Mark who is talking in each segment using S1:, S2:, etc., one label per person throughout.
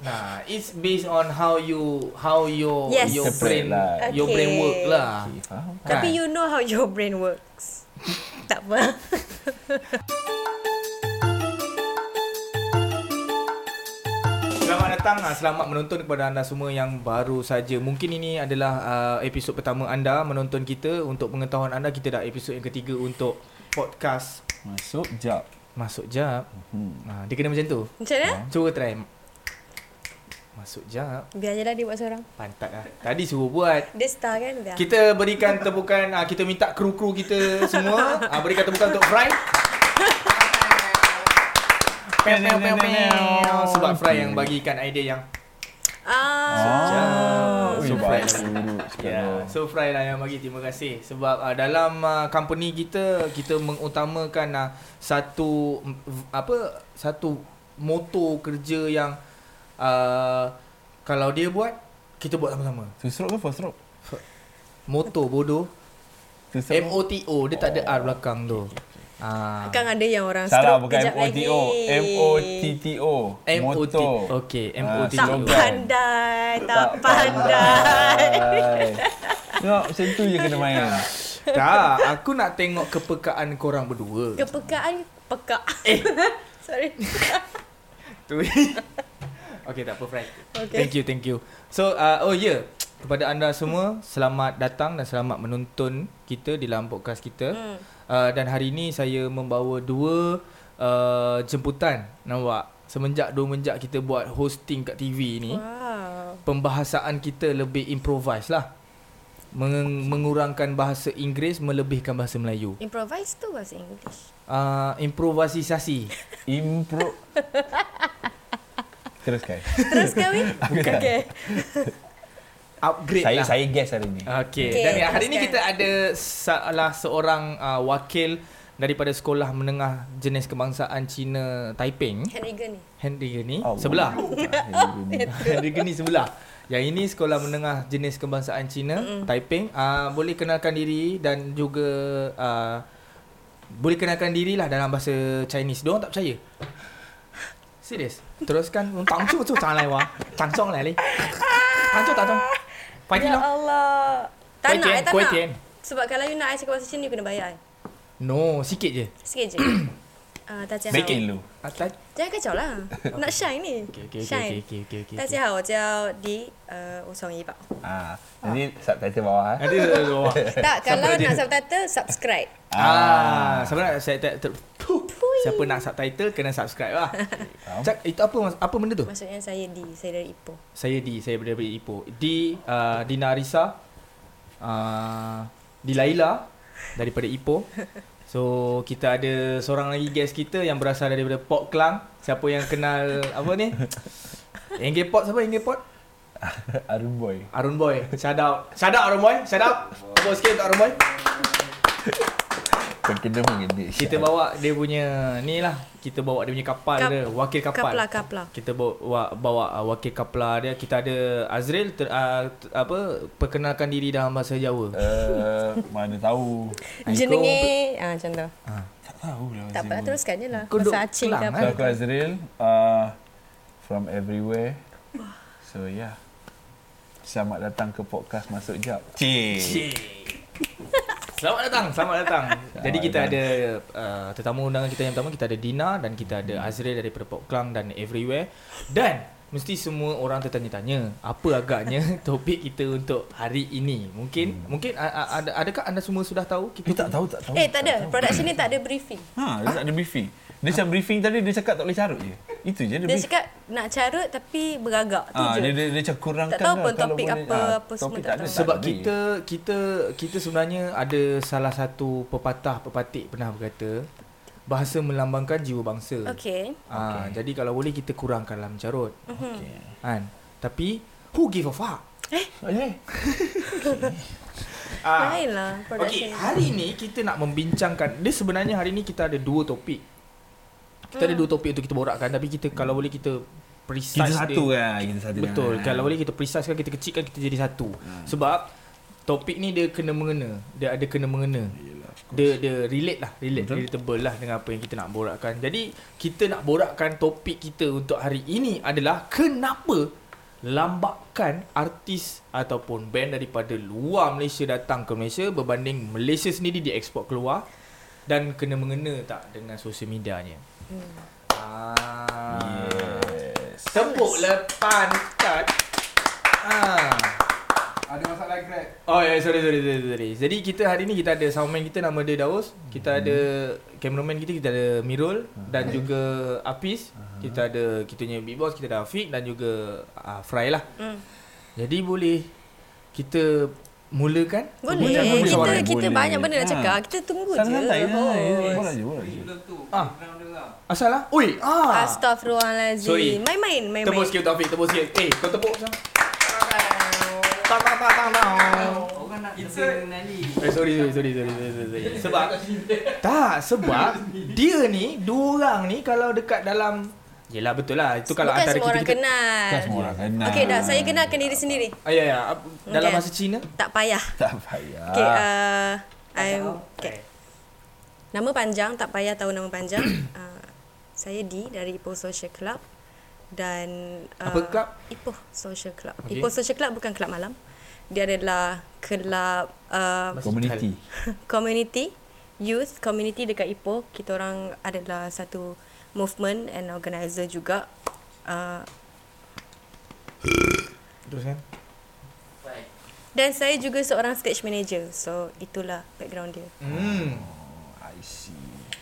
S1: Nah, it's based on how you how your
S2: Yes.
S1: your
S3: Separate
S1: brain
S3: lah.
S1: your
S2: Okay.
S1: brain work lah.
S3: Okay, faham.
S1: Kan?
S2: Tapi you know how your brain works. tak apa.
S1: Selamat datang, ah, selamat menonton kepada anda semua yang baru saja. Mungkin ini adalah uh, episod pertama anda menonton kita. Untuk pengetahuan anda, kita dah episod yang ketiga untuk podcast
S3: Masuk jap.
S1: Masuk Jap.
S3: Hmm.
S1: Ha, dia kena macam tu.
S2: Macam mana?
S1: Cuba try. Masuk Jap.
S2: Biar je lah dia buat seorang.
S1: Pantat lah. Tadi suruh buat.
S2: Dia star kan? Biar.
S1: Kita berikan tepukan, ah, kita minta kru-kru kita semua. ah, berikan tepukan untuk Fry. Meow, meow, meow, meow. Sebab Fry yang bagikan idea yang
S2: Ah.
S3: Ui,
S1: So
S3: baik
S1: fresh.
S3: dulu
S1: Yeah.
S3: sekarang.
S1: So Fry lah yang bagi terima kasih sebab uh, dalam uh, company kita kita mengutamakan uh, satu mm, v- apa satu moto kerja yang uh, kalau dia buat kita buat sama-sama.
S3: Two stroke ke four stroke?
S1: Moto bodoh
S3: Two
S2: Eh,
S3: stroke.
S1: M O T O dia tak ada R belakang tu. Ah
S2: Kan ada yang orang
S3: Salah
S2: stroke
S3: bukan
S2: kejap lagi.
S3: M-O-T-O. M-O-T-T-O.
S1: M O T
S3: Motor.
S1: okey M O kan?
S3: Ah,
S1: T
S2: Tak
S1: O.
S3: slogan.
S2: pandai, tak pandai.
S3: Tengok macam tu je kena main.
S1: Tak, aku nak tengok kepekaan korang berdua.
S2: Kepekaan peka.
S1: Eh.
S2: Sorry.
S1: Tu. okay, tak apa Fry. Okay.
S2: Okay.
S1: Thank you, thank you. So, uh, oh ya, yeah. kepada anda semua, selamat datang dan selamat menonton kita di dalam podcast kita.
S2: Hmm.
S1: Mm. Uh, dan hari ini saya membawa dua uh, jemputan, nampak? Semenjak dua menjak kita buat hosting kat TV ni,
S2: Wow.
S1: pembahasaan kita lebih improvise lah. Meng- mengurangkan bahasa Inggeris, melebihkan bahasa Melayu.
S2: Improvise tu bahasa English.
S1: Uh, improvisasi.
S3: Impro. Teruskan.
S2: Terus kahwin?
S3: Bukan.
S2: Okay.
S1: Upgrade
S3: Saya
S1: lah.
S3: saya guess hari
S1: Okey.
S3: ni.
S1: Okay,
S2: Okey,
S1: dan hari ini
S2: teruskan.
S1: kita ada salah seorang uh, wakil daripada sekolah menengah jenis kebangsaan Cina Taiping.
S2: Henry Gunn ni.
S1: Henry Geni
S3: Allah.
S1: sebelah.
S3: Alhamdulillah.
S1: Henry Geni sebelah. Yang ini sekolah menengah jenis kebangsaan Cina mm. Taiping. Uh, boleh kenalkan diri dan juga uh, boleh kenalkan dirilah dalam bahasa Chinese. Diorang tak percaya. Serius. Teruskan. Tangcu tu tangan lain wah. Tangcong lah ni. Tangcu tangcong. Pati
S2: Ya
S1: lah.
S2: Allah.
S1: Kuih
S2: Tak nak,
S1: tian,
S2: I tak
S1: kuih
S2: nak.
S1: tian.
S2: Sebab kalau you nak I cakap bahasa Cina, you kena bayar eh. I.
S1: No, sikit je.
S2: Sikit je. Ah, tak cakap.
S3: Baik lu.
S1: Atas
S2: 这个走啦，那下一呢
S1: Okay, okay, okay,
S2: shine。
S1: okay, okay, okay, okay.
S2: uh, 大家好，我叫李，呃，我宋怡宝。
S3: Ah, nanti subtitle bawah eh.
S1: Nanti dia bawah.
S2: Tak, kalau
S1: dia-
S2: nak subtitle, subscribe.
S1: Ah, siapa nak subtitle? Puh. Siapa nak subtitle kena subscribe lah. Cak, itu apa mas- apa benda tu?
S2: Maksudnya saya di, saya dari Ipoh.
S1: Saya di, saya dari Ipoh. Di uh, Dina Arisa. Uh, di Laila daripada Ipoh. So kita ada seorang lagi guest kita yang berasal daripada Port Klang. Siapa yang kenal apa ni? Engage Port siapa Engage Port?
S3: Arun boy.
S1: Arun Boy. Shout out. Shout out Arun Boy. Shout out. Tepuk sikit untuk Arun Boy.
S3: Terkena mengedek.
S1: Kita bawa dia punya ni lah Kita bawa dia punya kapal
S2: Kap-
S1: dia Wakil kapal
S2: Kapla, kapla.
S1: Kita bawa, bawa uh, wakil kapla dia Kita ada Azril ter, uh, ter, apa Perkenalkan diri dalam bahasa Jawa
S3: Eh, mana tahu.
S2: Jenenge, ah macam tu.
S3: Tak tahu lah.
S2: Tak apa,
S3: Azril.
S2: teruskan je lah.
S1: Kau duk
S2: Bahasa Aceh ke
S1: Kelang,
S3: So
S2: apa.
S3: aku Azril uh, From everywhere So yeah Selamat datang ke podcast Masuk Jap Cik
S1: Cik. Selamat datang, selamat datang. Jadi kita
S3: datang.
S1: ada uh, tetamu undangan kita yang pertama kita ada Dina dan kita ada Azril daripada Port Klang dan Everywhere. Dan mesti semua orang tertanya-tanya apa agaknya topik kita untuk hari ini. Mungkin hmm. mungkin a- a- ada adakah anda semua sudah tahu
S3: Eh
S1: kita
S3: tak tahu tak tahu
S2: Eh, tak ada. Production ni tak ada briefing.
S3: Ha dia tak ada briefing Dia macam briefing tadi Dia cakap tak boleh carut je Itu je
S2: Dia
S3: dia briefing
S2: cakap nak carut tapi beragak. Tu
S3: Ah,
S2: je.
S3: dia, dia, dia macam kurangkan
S2: Tak tahu
S3: lah
S2: pun
S3: kalau
S2: topik
S3: boleh.
S2: apa,
S3: Ah,
S2: apa semua
S3: topik
S2: tak
S3: ada,
S2: tahu.
S1: sebab
S3: ada.
S1: kita kita kita sebenarnya ada salah satu pepatah pepatik pernah berkata bahasa melambangkan jiwa bangsa.
S2: Okay.
S1: Ah, okay. jadi kalau boleh kita kurangkanlah mencarut.
S3: okay.
S1: Kan? Tapi who give a fuck?
S3: Eh, Ah,
S1: Ah.
S2: Lain lah
S1: Okey,
S2: production.
S1: hari ni kita nak membincangkan dia sebenarnya hari ni kita ada dua topik. Kita ada dua topik untuk kita borakkan tapi kita kalau boleh kita precise
S3: Kita satu
S1: dia.
S3: lah Kita satu
S1: Betul.
S3: lah.
S1: Kalau boleh kita precise kan kita kecilkan kita jadi satu.
S3: Hmm.
S1: Sebab topik ni dia kena mengena. Dia ada kena mengena.
S3: Yelah.
S1: dia dia relate lah relate
S3: Betul.
S1: Betul. relatable lah dengan apa yang kita nak borakkan. Jadi kita nak borakkan topik kita untuk hari ini adalah kenapa lambakan artis ataupun band daripada luar Malaysia datang ke Malaysia berbanding Malaysia sendiri diekspor keluar dan kena mengena tak dengan sosial medianya. Hmm. Ah.
S3: Yes.
S1: Tepuk lepan kat. Ah.
S4: Ada masalah Grab.
S1: Oh ya, yeah, sorry, sorry, sorry, sorry. Jadi kita hari ni kita ada soundman kita nama dia Daus, kita ada cameraman kita kita ada Mirul dan juga Apis, kita ada kita punya big boss kita ada Afiq dan juga uh, Fry lah.
S2: Hmm.
S1: Jadi boleh kita mulakan
S2: Boleh.
S1: perbincangan
S2: Kita
S1: bersama-
S3: boleh.
S2: kita banyak benda nak
S3: Ha.
S2: cakap. Kita tunggu je. Oh.
S3: Santai-santai je.
S2: boys.
S3: Bola je, bola je.
S4: Belum tu.
S1: Ah.
S4: Ground dia lah.
S1: Asal lah. Oi, ah. eh, Sorry.
S2: Astaghfirullahalazim. Main-main, main-main.
S1: Tepuk sikit Taufik, tepuk sikit. Eh, kau tepuk macam. Tang tang tang tang tang.
S4: Orang nak
S1: It's
S4: lebih mengenali.
S1: Eh sorry sorry sorry sorry sorry, sorry, sorry. Sebab tak sebab dia ni dua orang ni kalau dekat dalam Yelah betul lah itu kalau
S2: Bukan
S1: antara kita,
S2: semua orang
S1: kita
S2: kenal.
S3: Kan semua orang kenal.
S2: Okey dah, saya kenalkan diri sendiri.
S1: Ah, ya ya ap- dalam
S2: Okay.
S1: bahasa Cina.
S2: Tak payah.
S3: Tak payah.
S2: Okey,
S1: Ah.
S2: uh, I'm okay. Nama panjang tak payah tahu nama panjang. uh, saya D dari Ipoh Social Club dan uh,
S1: Apa club?
S2: Ipoh Social Club.
S1: Okey.
S2: Okay. Ipoh Social Club bukan kelab malam. Dia adalah kelab uh,
S3: Community.
S2: community youth community dekat Ipoh kita orang adalah satu movement and organizer juga uh,
S1: Terus kan?
S2: dan saya juga seorang stage manager so itulah background dia
S1: Hmm.
S3: I see.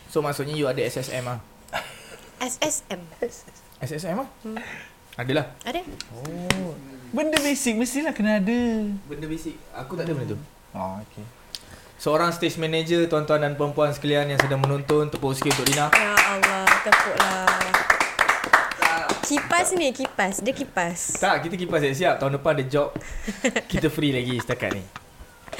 S1: So maksudnya you ada SSM ah.
S2: SSM
S1: SSM ah?
S2: Hmm.
S1: Adalah.
S2: ada
S1: Oh.
S3: Benda basic mestilah kena ada.
S1: Benda basic. Aku tak ada benda tu.
S3: Ah, okay.
S1: Seorang stage manager tuan-tuan dan puan-puan sekalian yang sedang menonton tepuk sikit untuk Dina.
S2: ya Allah tepuklah kipas ni kipas dia kipas
S1: Tak, kita kipas siap-siap. Tahun depan ada job. Kita free lagi setakat ni.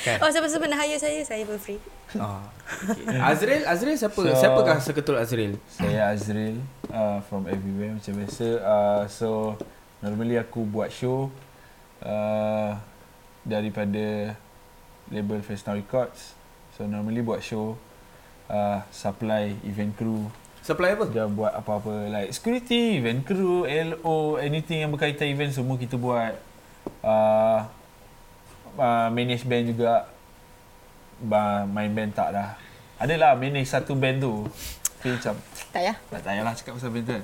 S1: Kan?
S2: oh siapa-siapa nak hire saya saya pun free
S1: Ah. Okay. Azril, Azril siapa?
S3: So-
S1: So, Siapakah seketul Azril?
S3: Saya Azril uh, from everywhere macam biasa. Uh, so normally aku buat show uh, daripada label Festa Records. So normally buat show uh, supply event crew.
S1: Supply apa?
S3: Dia buat apa-apa like security, event crew, LO, anything yang berkaitan event semua kita buat. Uh, uh, manage band juga. Bah, main band tak dah. Adalah manage satu band tu. Tapi macam
S2: tak ya
S3: tak payahlah cakap pasal band kan.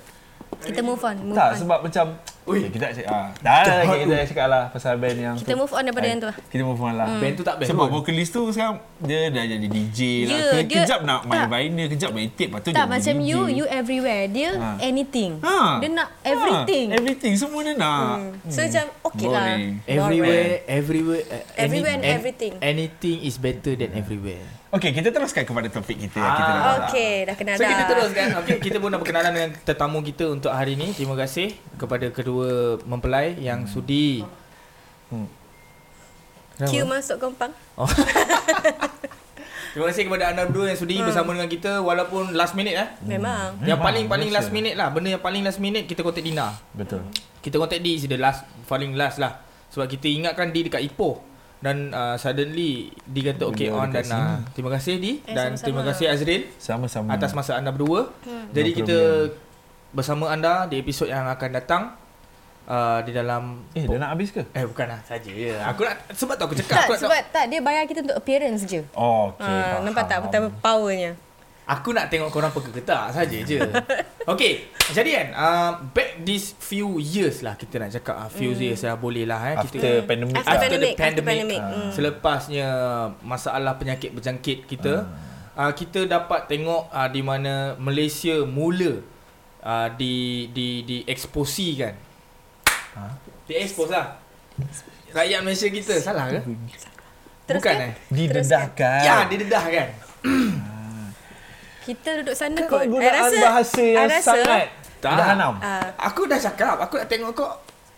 S2: kita move on move
S3: Tak,
S2: on
S3: sebab macam
S1: Ui.
S3: Okay, kita nak cakap ah, Dah lah
S1: Dah,
S3: kita, kita nak cakap lah Pasal band yang
S2: Kita
S3: tu.
S2: move on daripada
S3: Ah,
S2: yang tu lah.
S3: Kita move on lah
S1: Band tu tak band
S3: Sebab
S1: pun.
S3: vokalis tu sekarang Dia dah jadi DJ lah
S2: Ya,
S3: Ke,
S2: dia-
S3: Kejap nak main
S2: tak.
S3: vinyl Kejap main tape Lepas tu
S2: tak
S3: jadi
S2: macam
S3: DJ.
S2: you you everywhere dia
S3: Ha.
S2: anything
S3: Ha.
S2: dia nak Ah,
S3: Ha,
S2: everything
S3: Everything Semua dia nak
S2: Hmm. So macam okay lah.
S3: Ah, Boring.
S1: Everywhere, everywhere, uh,
S2: Everywhere and
S1: an-
S2: everything.
S1: Anything is better than everywhere.
S3: Okay kita teruskan kepada topik kita yang
S1: Ah,
S3: kita nak borak.
S2: Okay, dah kenal
S1: So
S2: dah.
S1: kita teruskan. Okay, kita pun dah berkenalan dengan tetamu kita untuk hari ni. Terima kasih kepada kedua mempelai yang sudi.
S3: Hmm.
S1: Kenapa?
S2: Q masuk kompang.
S1: Oh. Terima kasih kepada anda berdua yang
S2: Hmm.
S1: sudi bersama dengan kita walaupun last minute eh.
S2: Memang.
S1: Yang
S3: Memang,
S1: paling-paling
S3: biasa.
S1: last minute lah. Benda yang paling last minute kita kontak Dina.
S3: Betul
S1: Kita contact D is the last Paling last lah Sebab kita ingatkan D dekat Ipoh Dan uh, suddenly D kata okay
S3: Beliau
S1: on Dan
S3: dekat
S1: uh,
S3: sini.
S1: terima kasih D
S2: Eh,
S1: Dan
S2: sama-sama.
S1: terima kasih Azril
S3: Sama-sama
S1: Atas masa anda berdua hmm. Jadi
S3: No
S1: kita Bersama anda Di episod yang akan datang uh, Di dalam
S3: Eh dah nak habis ke?
S1: Eh bukan lah Saja je Aku nak Sebab tu aku cakap
S2: Tak,
S1: aku, nak
S2: sebab tak dia bayar kita untuk appearance je.
S3: Oh okay
S2: Ha, nampak tak betapa powernya.
S1: Aku nak tengok korang peka ke tak saja je. Okay, jadi kan, uh, back this few years lah kita nak cakap. Uh,
S2: Hmm.
S1: few mm. years lah boleh lah. Eh.
S3: After
S1: kita,
S3: pandemic
S2: After pandemic,
S3: lah.
S1: After the
S2: after pandemic.
S1: pandemic. Ah.
S2: Hmm.
S1: Selepasnya masalah penyakit berjangkit kita,
S3: Hmm.
S1: uh, kita dapat tengok uh, di mana Malaysia mula uh, di di di eksposikan.
S3: Ha?
S1: Di expose lah. Rakyat Malaysia kita salah ke?
S2: Teruskan.
S1: Bukan eh.
S3: Didedahkan
S1: Ya, didedah kan.
S2: Kita duduk sana
S3: Kau
S2: kot. I
S3: Penggunaan
S2: rasa
S3: bahasa yang
S2: I rasa,
S3: sangat
S1: Tak.
S3: Dahanam
S2: Ah.
S1: Aku dah cakap, aku nak tengok kau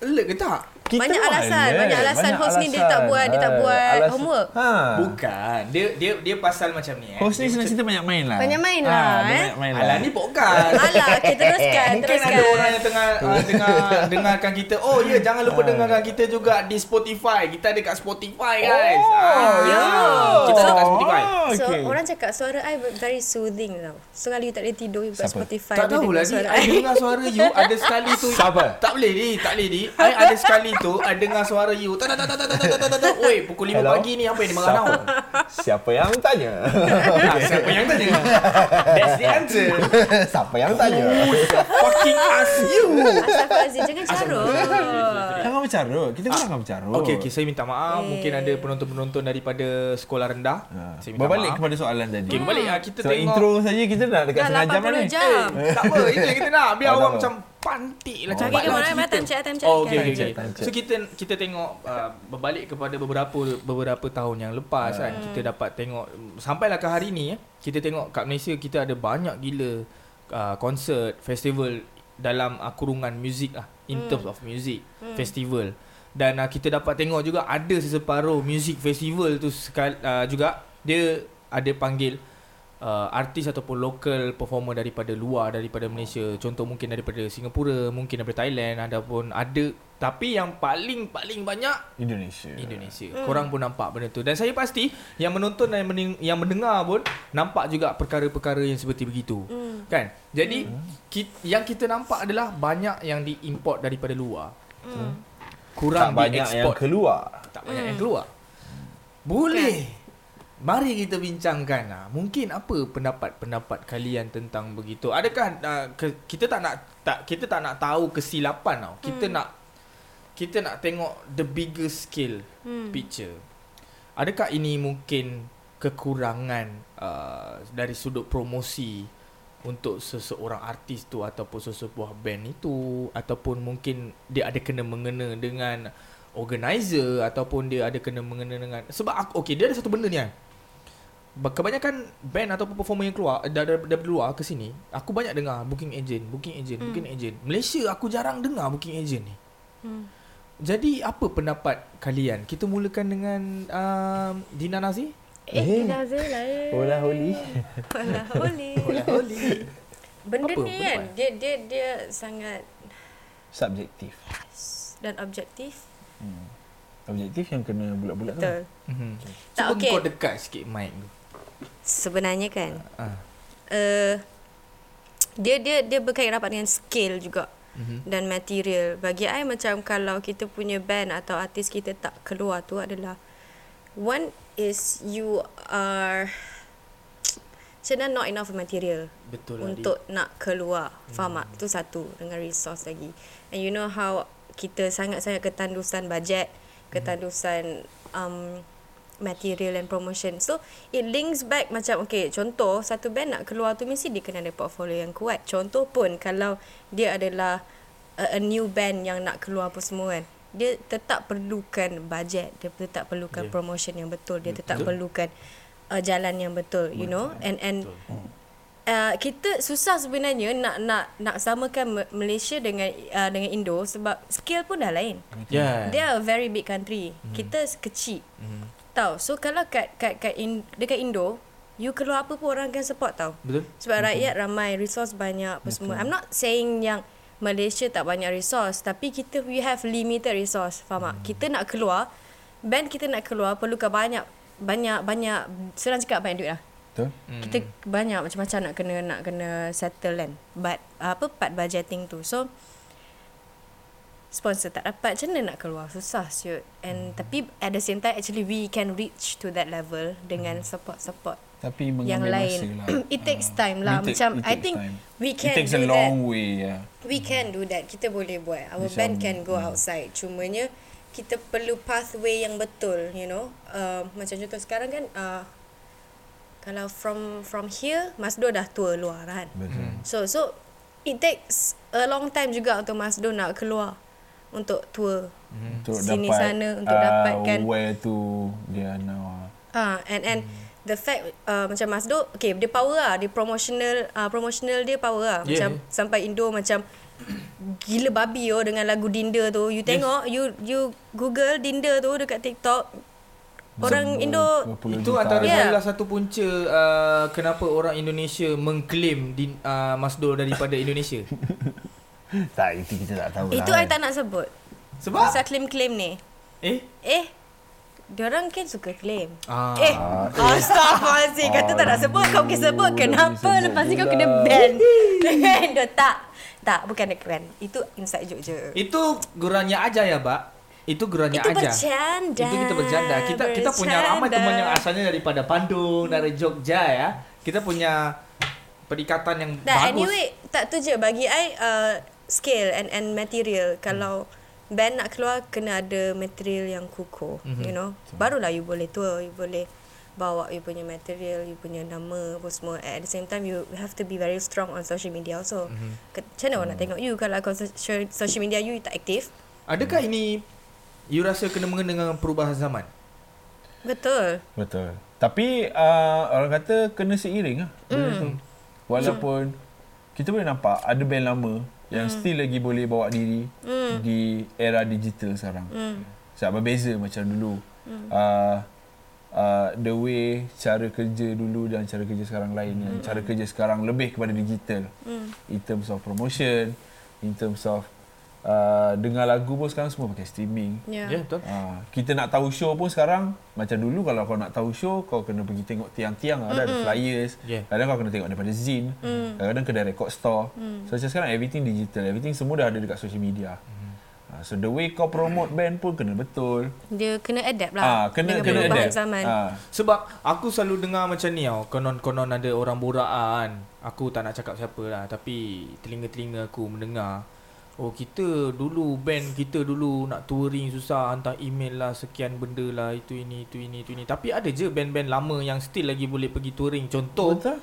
S1: alert ke tak?
S3: Kita
S2: Banyak alasan,
S3: relax.
S2: banyak alasan host ni dia tak buat- dia tak
S3: Ah,
S2: buat
S3: alasan-
S2: homework.
S3: Ha.
S1: Bukan. Dia dia dia pasal macam ni eh.
S3: Host ni senang cerita banyak main lah.
S2: Banyak main
S3: Ah,
S2: lah,
S3: dia
S2: eh.
S3: Banyak main lah.
S1: Alah ni podcast.
S2: Alah, okay, teruskan,
S1: Mungkin
S2: teruskan.
S1: ada orang yang tengah uh, tengah dengarkan kita. Oh ya, yeah, jangan lupa
S3: Ah.
S1: dengarkan kita juga di Spotify. Kita ada kat Spotify guys. Oh,
S2: ya.
S1: Kita ada kat Spotify.
S3: Oh,
S2: So
S3: okay.
S2: orang cakap suara I very soothing tau. So kalau you tak boleh tidur you buka
S3: Siapa?
S2: Spotify.
S1: Tak
S2: you
S1: tahu
S2: dengar
S1: lah Di
S2: suara
S1: I
S2: I.
S1: dengar suara you Ada sekali tu
S3: Sabar.
S1: Tak boleh Di Tak boleh Di I ada sekali tu I dengar suara you Tak tak tak tak tak tak tak tak tak, tak Oi pukul 5
S3: Hello?
S1: pagi ni Apa yang dia meranau
S3: Siapa yang tanya? Ha,
S1: Ah, Siapa yang tanya That's the answer
S3: Siapa yang tanya?
S1: Fucking ask you
S2: Astaghfirullahalazim jangan carut.
S1: Eh.
S3: Jangan bercarut. Kita
S1: Ah.
S3: pun jangan bercarut.
S1: Okay, okay, saya minta maaf.
S2: Eh.
S1: Mungkin ada penonton-penonton daripada sekolah rendah.
S3: Ha.
S1: Saya minta
S3: Berbalik
S1: maaf.
S3: kepada soalan tadi.
S1: Okay, berbalik. Ah, Kita
S3: Sebab
S1: tengok.
S3: intro saja kita dah dekat
S2: Dah
S3: setengah jam lah
S2: 80
S3: ni.
S2: jam.
S1: Eh, tak apa. Itu yang kita nak. Biar
S3: Oh, tak
S1: orang
S3: apa.
S1: macam pantik lah.
S3: Oh.
S1: Cari
S2: Bagi dia
S1: lah
S2: orang eh,
S1: cerita.
S2: time check, time check.
S1: Oh, okay, okay,
S3: check,
S1: okay.
S3: time check.
S1: So kita kita tengok uh, berbalik kepada beberapa beberapa tahun yang lepas kan kita dapat tengok sampailah ke hari ni eh kita tengok kat Malaysia kita ada banyak gila uh, konsert, festival dalam uh, kurungan muzik lah in terms of music festival dan uh, kita dapat tengok juga ada seseparuh music festival tu sekal, uh, juga dia ada panggil uh, artis ataupun local performer daripada luar daripada Malaysia contoh mungkin daripada Singapura mungkin daripada Thailand ataupun ada tapi yang paling paling banyak
S3: Indonesia.
S1: Indonesia. Hmm. Korang pun nampak benda tu. Dan saya pasti yang menonton dan yang mening- yang mendengar pun nampak juga perkara-perkara yang seperti begitu. Hmm. Kan? Jadi ki- yang kita nampak adalah banyak yang diimport daripada luar. Hmm.
S3: Tak
S1: Kurang
S3: banyak yang
S1: dieksport.
S3: keluar.
S1: tak banyak yang keluar. Boleh. Mari kita bincangkan lah. Mungkin apa pendapat-pendapat kalian tentang begitu? Adakah uh, ke, kita tak nak tak kita tak nak tahu kesilapan tau. Kita nak kita nak tengok the bigger scale hmm. picture. Adakah ini mungkin kekurangan uh, dari sudut promosi untuk seseorang artis tu ataupun sesebuah band itu ataupun mungkin dia ada kena mengena dengan organizer ataupun dia ada kena mengena dengan sebab aku okey dia ada satu benda ni kan. Ba- Kebanyakan band ataupun performer yang keluar eh, dar- dar- daripada luar ke sini, aku banyak dengar booking agent, booking agent, hmm. booking agent. Malaysia aku jarang dengar booking agent ni.
S2: Hmm.
S1: Jadi apa pendapat kalian? Kita mulakan dengan um, Dina Nazi.
S2: Eh, Dina Zul
S1: Eh,
S2: lain.
S3: Hola holi.
S2: Olah, Oli. Benda
S1: Apa?
S2: ni kan, dia dia dia sangat
S3: Subjektif. Hmm.
S2: dan objektif.
S3: Objektif yang kena bulat-bulat tu.
S2: Betul.
S1: Mm-hmm.
S2: Tak,
S1: Cuba
S2: okey.
S1: kau dekat sikit mic tu.
S2: Sebenarnya kan,
S1: Ah.
S2: uh, dia dia dia berkait rapat dengan skill juga
S1: Mhm.
S2: dan material. Bagi I macam kalau kita punya band atau artis kita tak keluar tu adalah one is you are macam mana not enough material.
S1: Betul lah.
S2: untuk nak keluar faham tak tu satu dengan resource lagi and you know how kita sangat-sangat ketandusan bajet ketandusan um, material and promotion so it links back macam okay contoh satu band nak keluar tu mesti dia kena ada portfolio yang kuat contoh pun kalau dia adalah a, a new band yang nak keluar apa semua kan dia tetap perlukan bajet dia tetap perlukan yeah.
S1: Yeah.
S2: promotion yang betul dia tetap
S1: Betul.
S2: perlukan uh, jalan yang betul you know and and
S1: Betul.
S3: Hmm.
S2: uh, kita susah sebenarnya nak nak nak samakan Ma- Malaysia dengan uh, dengan Indo sebab skill pun dah lain.
S1: Yeah.
S2: They are a very big country. Mm. Kita s- kecil. Mm. Tahu. So kalau kat kat kat in, dekat Indo, you keluar apa pun orang akan support tau.
S1: Betul?
S2: Sebab rakyat ramai, resource banyak apa semua. I'm not saying yang Malaysia tak banyak resource tapi kita we have limited resource. Faham tak? Kita nak keluar, band kita nak keluar perlukan banyak banyak banyak senang cakap banyak duit lah
S3: Betul?
S1: Hmm.
S2: kita
S3: Hmm.
S2: banyak macam-macam nak kena nak kena settle kan but apa part budgeting tu so sponsor tak dapat macam mana nak keluar susah siut and
S3: Hmm.
S2: tapi at the same time actually we can reach to that level dengan support-support
S3: Tapi
S2: yang
S3: Hmm. mengambil
S2: lain
S3: masa lah.
S2: it takes
S3: Ah.
S2: time lah
S3: It take-
S2: macam
S3: it
S2: i
S3: takes
S2: think
S3: time.
S2: we
S3: It
S2: can
S3: takes
S2: do
S3: a
S2: that
S3: long way. Yeah.
S2: we can do that kita boleh buat our
S3: Macam-
S2: band can go outside cumanya kita perlu pathway yang betul you know uh, macam contoh sekarang kan uh, kalau from from here Masdo dah tua luar kan
S3: Betul.
S1: Hmm.
S2: so so it takes a long time juga untuk Masdo nak keluar untuk tour
S3: Untuk
S2: Sini
S3: dapat,
S2: sana untuk
S3: ah,
S2: dapatkan-
S3: where to dia now.
S2: Ah, and and the fact uh, macam Masdo, okay, dia power lah, dia promotional, uh, promotional dia power lah.
S1: Yeah.
S2: Macam sampai Indo macam gila babi oh dengan lagu Dinda tu. You tengok, yes. you you Google Dinda tu dekat TikTok. Orang Indo
S1: Itu antara yeah.
S2: Ya.
S1: salah satu punca uh, kenapa orang Indonesia mengklaim din, uh, Masdul daripada Indonesia.
S3: Tak, itu kita tak tahu
S2: itu I
S3: lah.
S2: tak nak sebut.
S1: Sebab
S2: Pasal claim-claim ni.
S1: eh
S2: Eh, diorang kan suka claim.
S1: ah
S2: Eh, astaghfirullahaladzim. Kata tak nak sebut, kau mungkin sebut. Kenapa lepas ni kau kena ban? Kan? Dah tak. Tak, bukan nak ban. Itu inside joke je.
S1: itu guranya aja ya, Bak. Itu guranya
S2: Itu
S1: aja.
S2: bercanda,
S1: Itu kita bercanda. Kita kita punya
S2: bercanda.
S1: ramai teman yang asalnya daripada Bandung, dari Jogja ya. Kita punya perikatan yang
S2: Dah,
S1: bagus.
S2: anyway, tak tu je. Bagi I, uh, scale and, and material.
S1: Hmm.
S2: Kalau band nak keluar, kena ada material yang kukuh.
S1: Mhm.
S2: Mm-hmm. You know? Barulah you boleh tour, you boleh bawa you punya material, you punya nama, apa semua. At the same time, you have to be very strong on social media
S1: Mhm.
S2: also. Mm-hmm. Macam mana orang
S1: Hmm.
S2: nak tengok you kalau kau social, social media you tak aktif?
S1: Adakah ini you rasa kena mengena dengan perubahan zaman?
S2: Betul.
S3: Betul. Tapi uh, orang kata kena seiring lah.
S2: Hmm.
S1: Hmm.
S3: Mm. Walaupun kita boleh nampak ada band lama yang mm. still lagi boleh bawa diri mm. di era digital sekarang.
S2: Hmm.
S1: Hmm.
S3: Mm. Sebab berbeza macam dulu. Mm. Uh, uh, the way cara kerja dulu dan cara kerja sekarang lain. Mm. Cara kerja sekarang lebih kepada digital. Mm. In terms of promotion, in terms of uh, dengar lagu pun sekarang semua pakai streaming.
S1: Ya,
S2: Yeah.
S1: yeah, betul.
S2: Ah.
S3: Ha, kita nak tahu show pun sekarang macam dulu kalau kau nak tahu show kau kena pergi tengok tiang-tiang ada ada flyers
S1: Yeah.
S3: kadang kau kena tengok daripada zin mm. kadang kedai record store mm. so macam sekarang everything digital everything semua dah ada dekat social media
S1: Mm-hmm.
S3: mm. ha, so the way kau promote band pun kena betul
S2: Dia kena adapt
S3: ah
S2: lah.
S3: kena
S2: dengan
S3: kena
S2: perubahan
S3: adapt
S2: zaman.
S3: Ah,
S1: Sebab aku selalu dengar macam ni tau Konon-konon ada orang borak ah, kan Aku tak nak cakap siapa lah Tapi telinga-telinga aku mendengar Oh kita dulu band kita dulu nak touring susah Hantar email lah sekian benda lah Itu ini itu ini itu ini Tapi ada je band-band lama yang still lagi boleh pergi touring Contoh
S3: betul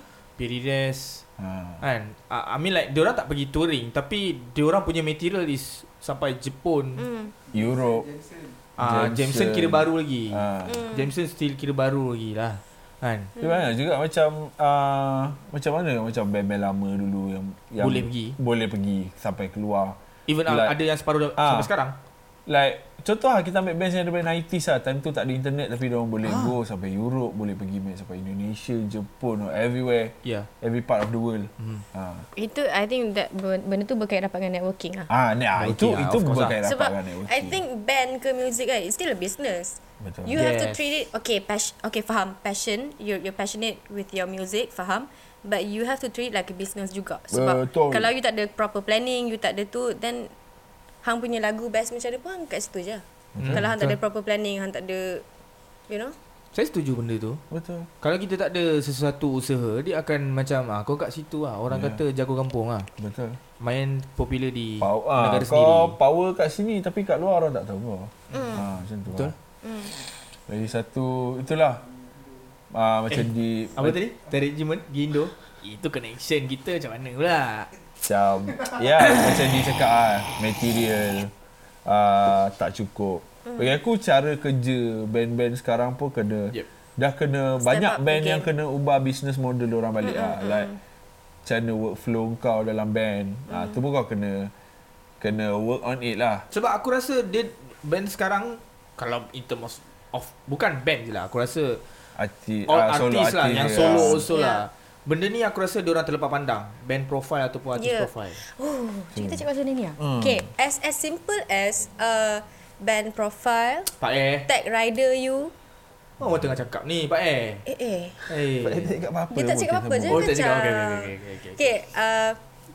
S1: Pirides
S3: ha.
S1: kan I I mean like diorang tak pergi touring Tapi diorang punya material is sampai Jepun
S2: Hmm.
S1: mm.
S3: Europe
S2: Mm.
S1: Ah, Jameson. Jameson
S3: Jameson
S1: kira baru lagi
S3: ha.
S1: Jameson still kira baru lagi lah kan
S3: Dia banyak juga macam uh, macam mana macam band-band lama dulu yang, yang
S1: Boleh pergi.
S3: boleh pergi sampai keluar
S1: Even
S3: Like-
S1: like, ada yang separuh dah-
S3: Ah.
S1: sampai sekarang.
S3: Like Contoh lah kita ambil band yang daripada 90s lah Time tu tak ada internet Tapi diorang boleh
S1: Ah.
S3: ha. go sampai Europe Boleh pergi main sampai Indonesia Jepun or Everywhere
S1: Ya. Yeah.
S3: Every part of the world hmm. ha.
S2: Itu, I think that ben- benda tu berkait rapat dengan networking lah.
S3: Ah, ni, ah,
S1: Networking
S3: itu
S1: lah,
S3: itu
S1: of course
S3: berkaitan rapat kan,
S2: Sebab I
S3: dengan networking.
S2: think band ke music kan It's still a business
S3: Betul.
S2: You yes. have to
S1: Yes.
S2: treat it Okay pas- okay faham Passion You're, you're passionate with your music Faham But you have to treat it like a business juga Sebab
S3: Betul.
S2: Kalau you tak ada proper planning You tak ada tu Then Hang punya lagu best macam mana pun Hang kat situ je hmm. Kalau hang tak ada proper planning Hang tak ada You know
S1: Saya setuju benda tu.
S3: Betul.
S1: Kalau kita tak ada sesuatu usaha, dia akan macam ah kau kat situ ah. Orang yeah.
S3: Ya.
S1: kata jago kampung ah.
S3: Betul.
S1: Main popular di
S3: Power, ah,
S1: negara
S3: kau
S1: sendiri.
S3: power kat sini tapi kat luar orang tak tahu kau.
S2: Hmm.
S3: Mm. Ah, macam tu.
S1: Betul.
S3: Betul. Lagi satu itulah. Ah, macam di
S1: Eh, Apa tadi? Management Gindo. Itu connection kita macam mana pula?
S3: Macam Ya Macam dia cakap ah, Material uh, Tak cukup
S2: Hmm.
S3: Bagi aku cara kerja Band-band sekarang pun kena
S1: Yep.
S3: Dah kena
S2: Step
S3: Banyak
S2: up the
S3: band yang
S2: game.
S3: kena Ubah business model orang balik mm-hmm. ah. Like Macam mana workflow kau dalam band mm-hmm. ah, Tu pun kau kena Kena work on it lah
S1: Sebab aku rasa dia band sekarang kalau in terms of bukan band je lah. Aku rasa
S3: Arti,
S1: all
S3: ah,
S1: artis
S3: solo
S1: lah
S3: artis
S1: yang
S3: dia
S1: solo
S3: lah.
S1: also
S2: Ya.
S1: lah. Benda ni aku rasa dia orang terlepas pandang band profile ataupun artis
S2: Ya.
S1: profile.
S2: Oh, so kita cakap pasal ni ni lah
S3: Hmm.
S2: Okay As as simple as uh, Band profile
S1: Pak Eh.
S2: Tag rider you
S1: Oh, orang tengah cakap ni Pak Eh.
S2: Eh eh
S1: Eh.
S3: Dia tak cakap apa-apa
S2: Dia tak
S3: pun
S2: cakap
S3: kita
S2: apa-apa je
S3: buat.
S1: Oh, tak cakap. Okay,
S2: macam-
S1: okay, okay, okay, okay,
S2: Okay, uh,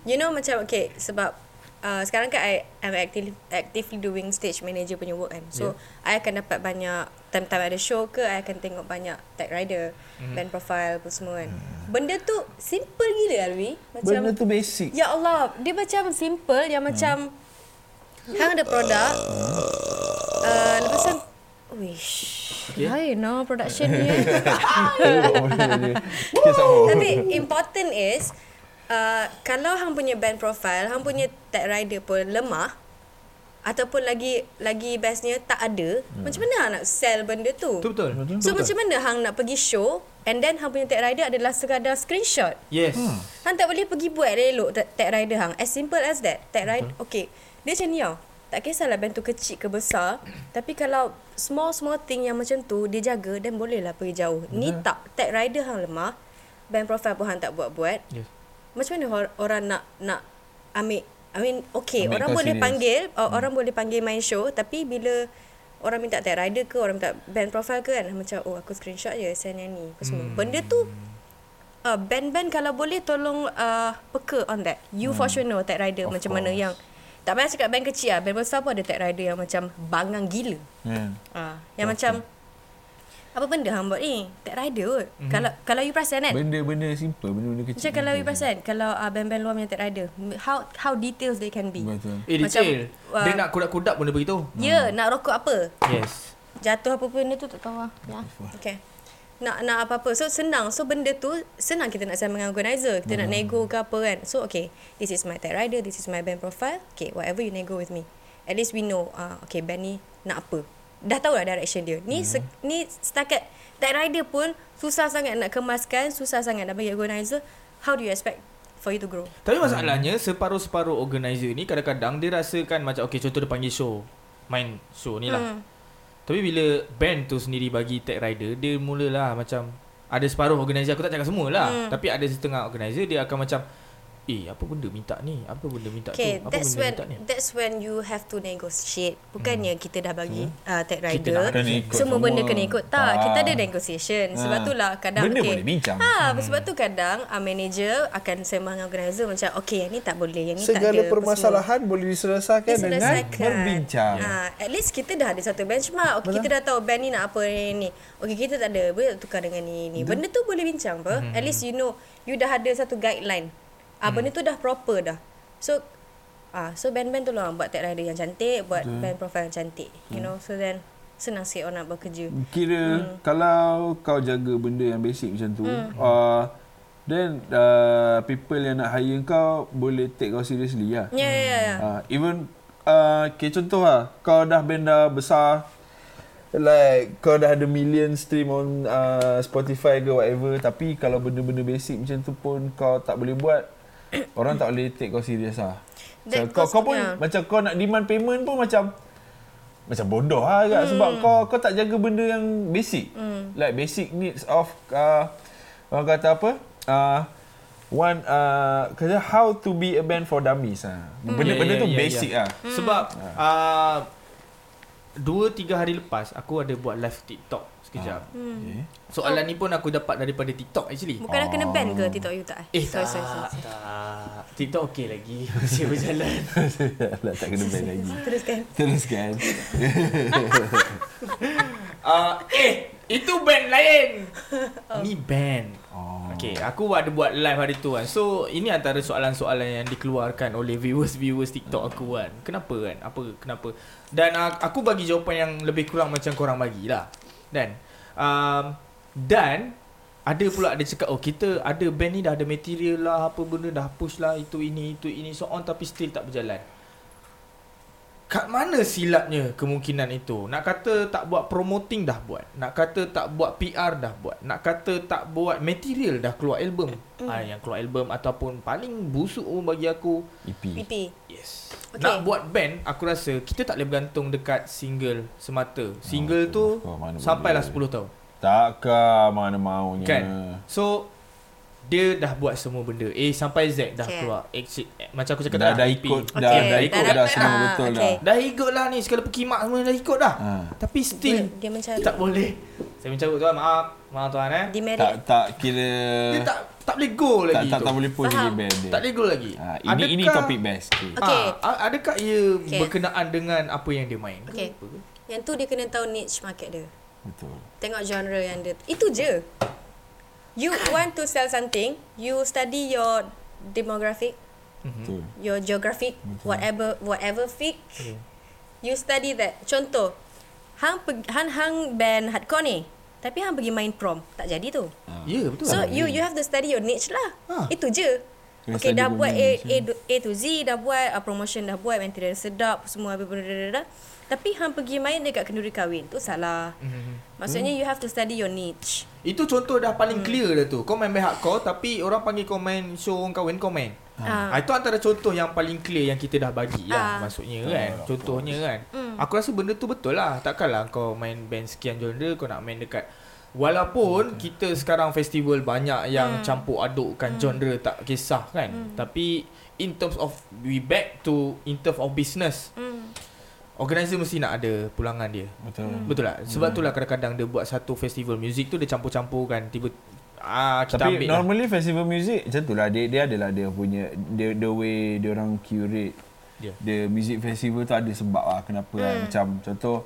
S2: you know macam okay sebab uh, sekarang kan I am actively actively doing stage manager punya work kan. So yeah. I akan dapat banyak time-time ada show ke I akan tengok banyak tag rider,
S1: Mm-hmm.
S2: mm. band profile apa semua kan.
S1: Mm.
S2: Benda tu simple gila Alwi. Macam
S3: Benda tu basic
S2: Ya Allah, dia macam simple yang macam
S1: Mm.
S2: hang ada produk uh, lepas tu Wish. Okay. Lain lah production ni. eh.
S3: Kisah apa?
S2: Tapi important is uh, kalau hang punya band profile, hang punya tag rider pun lemah ataupun lagi lagi bestnya tak ada, hmm. macam mana hang nak sell benda tu?
S1: Tu betul.
S2: So macam mana hang nak pergi show And then hang punya tag rider adalah sekadar screenshot.
S1: Yes.
S3: Hmm.
S2: Hang tak boleh pergi buat elok ta- tag rider hang. As simple as that. Tag rider. Okay. Dia macam ni tau. Tak kisahlah band tu kecil ke besar. Tapi kalau small-small thing yang macam tu dia jaga then bolehlah pergi jauh. Ni
S3: Betul.
S2: tak. Tag rider hang lemah. Band profile pun hang tak buat-buat.
S1: Yes.
S2: Macam mana hor- orang nak nak ambil I mean okay
S3: Ambil
S2: ambil orang
S3: kau
S2: boleh
S3: serious.
S2: panggil hmm. orang boleh panggil main show tapi bila orang minta tag rider ke orang minta band profile ke kan macam oh aku screenshot je send yang ni apa semua. Hmm. Benda tu uh, band-band kalau boleh tolong uh, peka on that. You hmm. for sure know tag rider
S3: Of
S2: of macam mana
S3: course.
S2: yang tak payah cakap band kecil lah. Band besar pun ada tag rider yang macam bangang gila.
S3: Yeah.
S2: Uh, yang macam apa benda hang buat ni? Tag rider kot. Hmm. Kalau kalau you perasan kan?
S3: Benda-benda simple, benda-benda kecil.
S2: Macam kalau you perasan Kalau uh, band-band luar punya tag rider How how details they can be
S3: Betul.
S1: Eh,
S2: Macam,
S1: detail.
S2: uh,
S1: dia nak kudak-kudak pun dia beritahu.
S2: Ya yeah, nak rokok apa
S1: Yes.
S2: Jatuh apa pun dia tu tak tahu lah ya. Okay nak nak apa-apa so senang so benda tu senang kita nak sign dengan organizer kita nak nego ke apa kan so okay this is my tag rider this is my band profile okay whatever you nego with me at least we know uh, okay band ni nak apa dah tahu lah direction dia ni se- ni setakat tag rider pun susah sangat nak kemaskan susah sangat nak bagi organizer how do you expect for you to grow
S1: Tapi masalahnya separuh-separuh organizer ni kadang-kadang dia rasakan macam okay contoh dia panggil show. Main show ni lah.
S2: Hmm.
S1: Tapi bila band tu sendiri bagi tag rider dia mulalah macam ada separuh organizer aku tak cakap semua lah.
S2: Hmm.
S1: Tapi ada setengah organizer dia akan macam eh apa benda minta ni? Apa benda minta
S2: Okay,
S1: tu? Apa benda
S2: that's when
S1: minta ni?
S2: that's when you have to negotiate. Bukannya hmm. kita dah bagi hmm. uh, tag
S1: Kita nak
S2: rider,
S3: kena ikut
S2: semua benda
S3: semua.
S2: kena ikut tak.
S3: Ah.
S2: Kita ada negotiation. Sebab
S3: Ah.
S2: itulah kadang
S3: Benda
S2: okay.
S3: boleh bincang.
S2: Ha, hmm. sebab tu kadang uh, manager akan sembang dengan organizer macam okay, yang ni tak boleh, yang ni tak
S5: Segala
S2: ada. apa semua.
S5: permasalahan boleh diselesarkan dengan
S2: Diselesaikan.
S3: berbincang.
S2: Ah, at least kita dah ada satu benchmark. Okay, kita dah tahu band ni nak apa ni ni. Okey, kita tak ada boleh tak tukar dengan ni ni. Benda tu boleh bincang apa? At least you know you dah ada satu guideline. Ah, benda tu dah proper dah. So ah so band-band tu lah buat tag rider yang cantik, buat band profile yang cantik. You know, so then senang sikit orang nak bekerja.
S3: Kira hmm. kalau kau jaga benda yang basic macam tu, hmm. uh, then uh, people yang nak hire kau boleh take kau seriously lah.
S2: Ya ya ya.
S3: Uh, even uh, okay, contoh lah, kau dah band dah besar, like kau dah ada million stream on uh, Spotify ke whatever, tapi kalau benda-benda basic macam tu pun kau tak boleh buat, orang tak boleh take kau serious lah. Macam
S2: That
S3: kau,
S2: goes-
S3: kau pun
S2: yeah.
S3: macam kau nak demand payment pun macam macam bodoh lah agak hmm. sebab kau kau tak jaga benda yang basic. Hmm. Like basic needs of uh, orang kata apa? Uh, one uh, kata how to be a band for dummies ah.
S1: Ya,
S3: Benda-benda tu
S1: ya, ya,
S3: basic
S1: ya.
S3: ah.
S1: Sebab uh, dua tiga hari lepas aku ada buat live TikTok sekejap.
S3: Ah. Okay.
S1: Soalan ni pun aku dapat daripada TikTok actually.
S2: Bukan dah kena ban ke TikTok you tak?
S1: Eh
S2: Sorry,
S1: tak,
S2: sorry, sorry.
S1: tak. TikTok okey lagi. Masih berjalan.
S3: Alah, tak kena band lagi. kan?
S2: Teruskan.
S3: Teruskan.
S1: Uh, eh, itu band lain. Ni band.
S3: Oh.
S1: Okay, aku ada buat live hari tu kan. So, ini antara soalan-soalan yang dikeluarkan oleh viewers-viewers TikTok aku kan. Kenapa kan? Apa, kenapa? Dan uh, aku bagi jawapan yang lebih kurang macam korang bagilah. Dan, um, dan ada pula ada cakap, oh kita ada band ni dah ada material lah, apa benda dah push lah, itu ini, itu ini, so on tapi still tak berjalan. Kat mana silapnya kemungkinan itu? Nak kata tak buat promoting dah buat. Nak kata tak buat PR dah buat. Nak kata tak buat material dah keluar album. Mm. Ah yang keluar album ataupun paling busuk pun bagi aku.
S3: EP.
S2: PP.
S1: Yes. Okay.
S2: Okay.
S1: Nak buat band, aku rasa kita tak boleh bergantung dekat single semata. Single
S3: Oh,
S1: tu
S3: oh, mana Ya.
S1: sampailah
S3: boleh.
S1: 10 tahun.
S3: Takkan mana maunya.
S1: Kan? So dia dah buat semua benda. A sampai Z dah
S2: Okay.
S1: keluar. Exit. Macam E aku cakap
S3: Dah,
S1: tadi,
S3: dah
S1: EP.
S3: ikut, dah,
S2: Okay.
S3: dah,
S1: Dah
S3: ikut
S1: ikut.
S3: dah semua
S2: Ah,
S3: betul
S2: okay.
S3: dah.
S1: Dah ikut lah ni Segala pekimak semua dah ikut dah
S3: Ah.
S1: Tapi still
S2: Dia- dia mencari.
S1: Tak boleh Saya mencari tuan Maaf Maaf tuan eh
S3: Tak
S2: Demerit.
S3: tak kira
S1: Dia tak tak boleh go
S3: tak
S1: lagi
S3: tak,
S1: tu.
S3: tak boleh pun
S2: Faham.
S3: jadi band dia.
S1: Tak boleh go lagi
S3: Ah, ini ini
S1: Adakah-
S3: topik best. Okay.
S2: Okay.
S1: ah, a- Adakah ia
S2: Okay.
S1: berkenaan dengan Apa yang dia main
S2: Okay. Yang tu dia kena tahu niche market dia.
S3: Betul.
S2: Tengok genre yang dia Itu je You want to sell something You study your demographic
S3: Betul.
S2: Your geographic Whatever Whatever fic
S1: Okay.
S2: You study that Contoh Hang pe- hang, hang band hardcore ni Tapi hang pergi main prom Tak jadi tu
S1: Ya yeah, betul
S2: So you you have to study ya. your niche lah
S1: Ah.
S2: Itu je Okay dah buat A, A, do- A to Z Dah buat uh, Promotion dah buat Material sedap Semua habis benda dah, dah, dah. Tapi hang pergi main Dekat kenduri kahwin Tu salah
S1: Mm-hmm.
S2: Maksudnya you have to study your niche
S1: Itu contoh dah paling clear dah tu. Kau main main hardcore tapi orang panggil kau main show orang kahwin kau main.
S2: Ah.
S1: Ha. Itu antara contoh yang paling clear yang kita dah bagi lah
S2: Ah. Hmm.
S1: maksudnya kan. Contohnya kan. Aku rasa benda tu betul lah. Takkanlah kau main band sekian genre kau nak main dekat Walaupun kita sekarang festival banyak
S2: Hmm.
S1: yang campur adukkan genre tak kisah kan. Tapi in terms of we back to in terms of business,
S2: Hmm
S1: organizer mesti nak ada pulangan dia.
S3: Betul.
S1: Betul tak? Sebab itulah kadang-kadang dia buat satu festival muzik tu dia campur-campurkan tiba ah kita ambil
S3: Tapi
S1: lah.
S3: normally festival music macam tu lah dia dia adalah dia punya the, the way dia orang curate
S1: Yeah.
S3: the music festival tu ada sebab lah kenapa hmm. kan macam contoh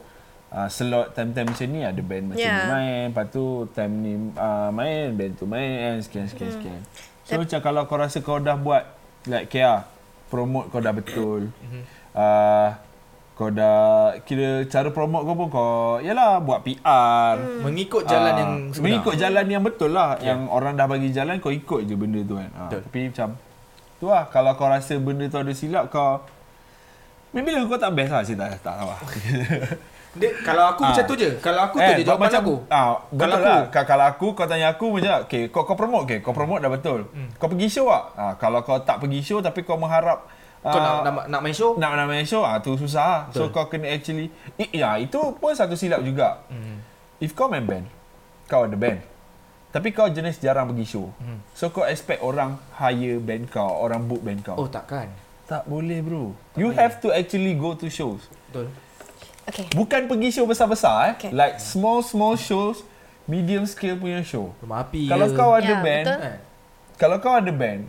S3: uh, slot time-time macam ni ada band macam
S2: Yeah.
S3: ni main lepas tu time ni uh, main band tu main kan sekian sekian hmm. sekian so macam kalau kau rasa kau dah buat like KR promote kau dah betul uh, kau dah kira cara promote kau pun kau yalah buat PR hmm.
S1: mengikut jalan
S3: Ah,
S1: yang sebenar. Ya.
S3: Mengikut jalan yang betul lah Yang orang dah bagi jalan Kau ikut je benda tu kan ha,
S1: Betul.
S3: Tapi macam Tu lah Kalau kau rasa benda tu ada silap Kau Maybe lah kau tak best lah Saya tak, tak tahu lah
S1: Dia, kalau aku
S3: Ah.
S1: macam tu je. Kalau aku tu je jawapan aku.
S3: ah,
S1: Kalau
S3: Kalau
S1: aku.
S3: aku lah. Kalau aku kau tanya aku macam Okay kau, kau promote okay, Kau promote dah betul
S1: Hmm.
S3: Kau pergi show lah ha, Kalau kau tak pergi show Tapi kau mengharap
S1: Kau nak,
S3: ah,
S1: nak nak main show?
S3: nak nak main show ah tu susah. Betul. So kau kena actually i, ya itu pun satu silap juga. Mm. If kau main band, kau ada band. Tapi kau jenis jarang pergi show. Mm. So kau expect orang hire band kau, orang book band kau.
S1: Oh takkan.
S3: tak boleh bro. you have to actually go to shows.
S1: Betul.
S2: Okay
S3: Bukan pergi show besar-besar eh.
S2: Okay.
S3: Like small small shows, medium scale punya show.
S1: Rumah api.
S3: Kalau
S1: ke.
S3: kau ada
S2: Ya,
S3: band,
S2: betul.
S1: Kan?
S3: kalau kau ada band,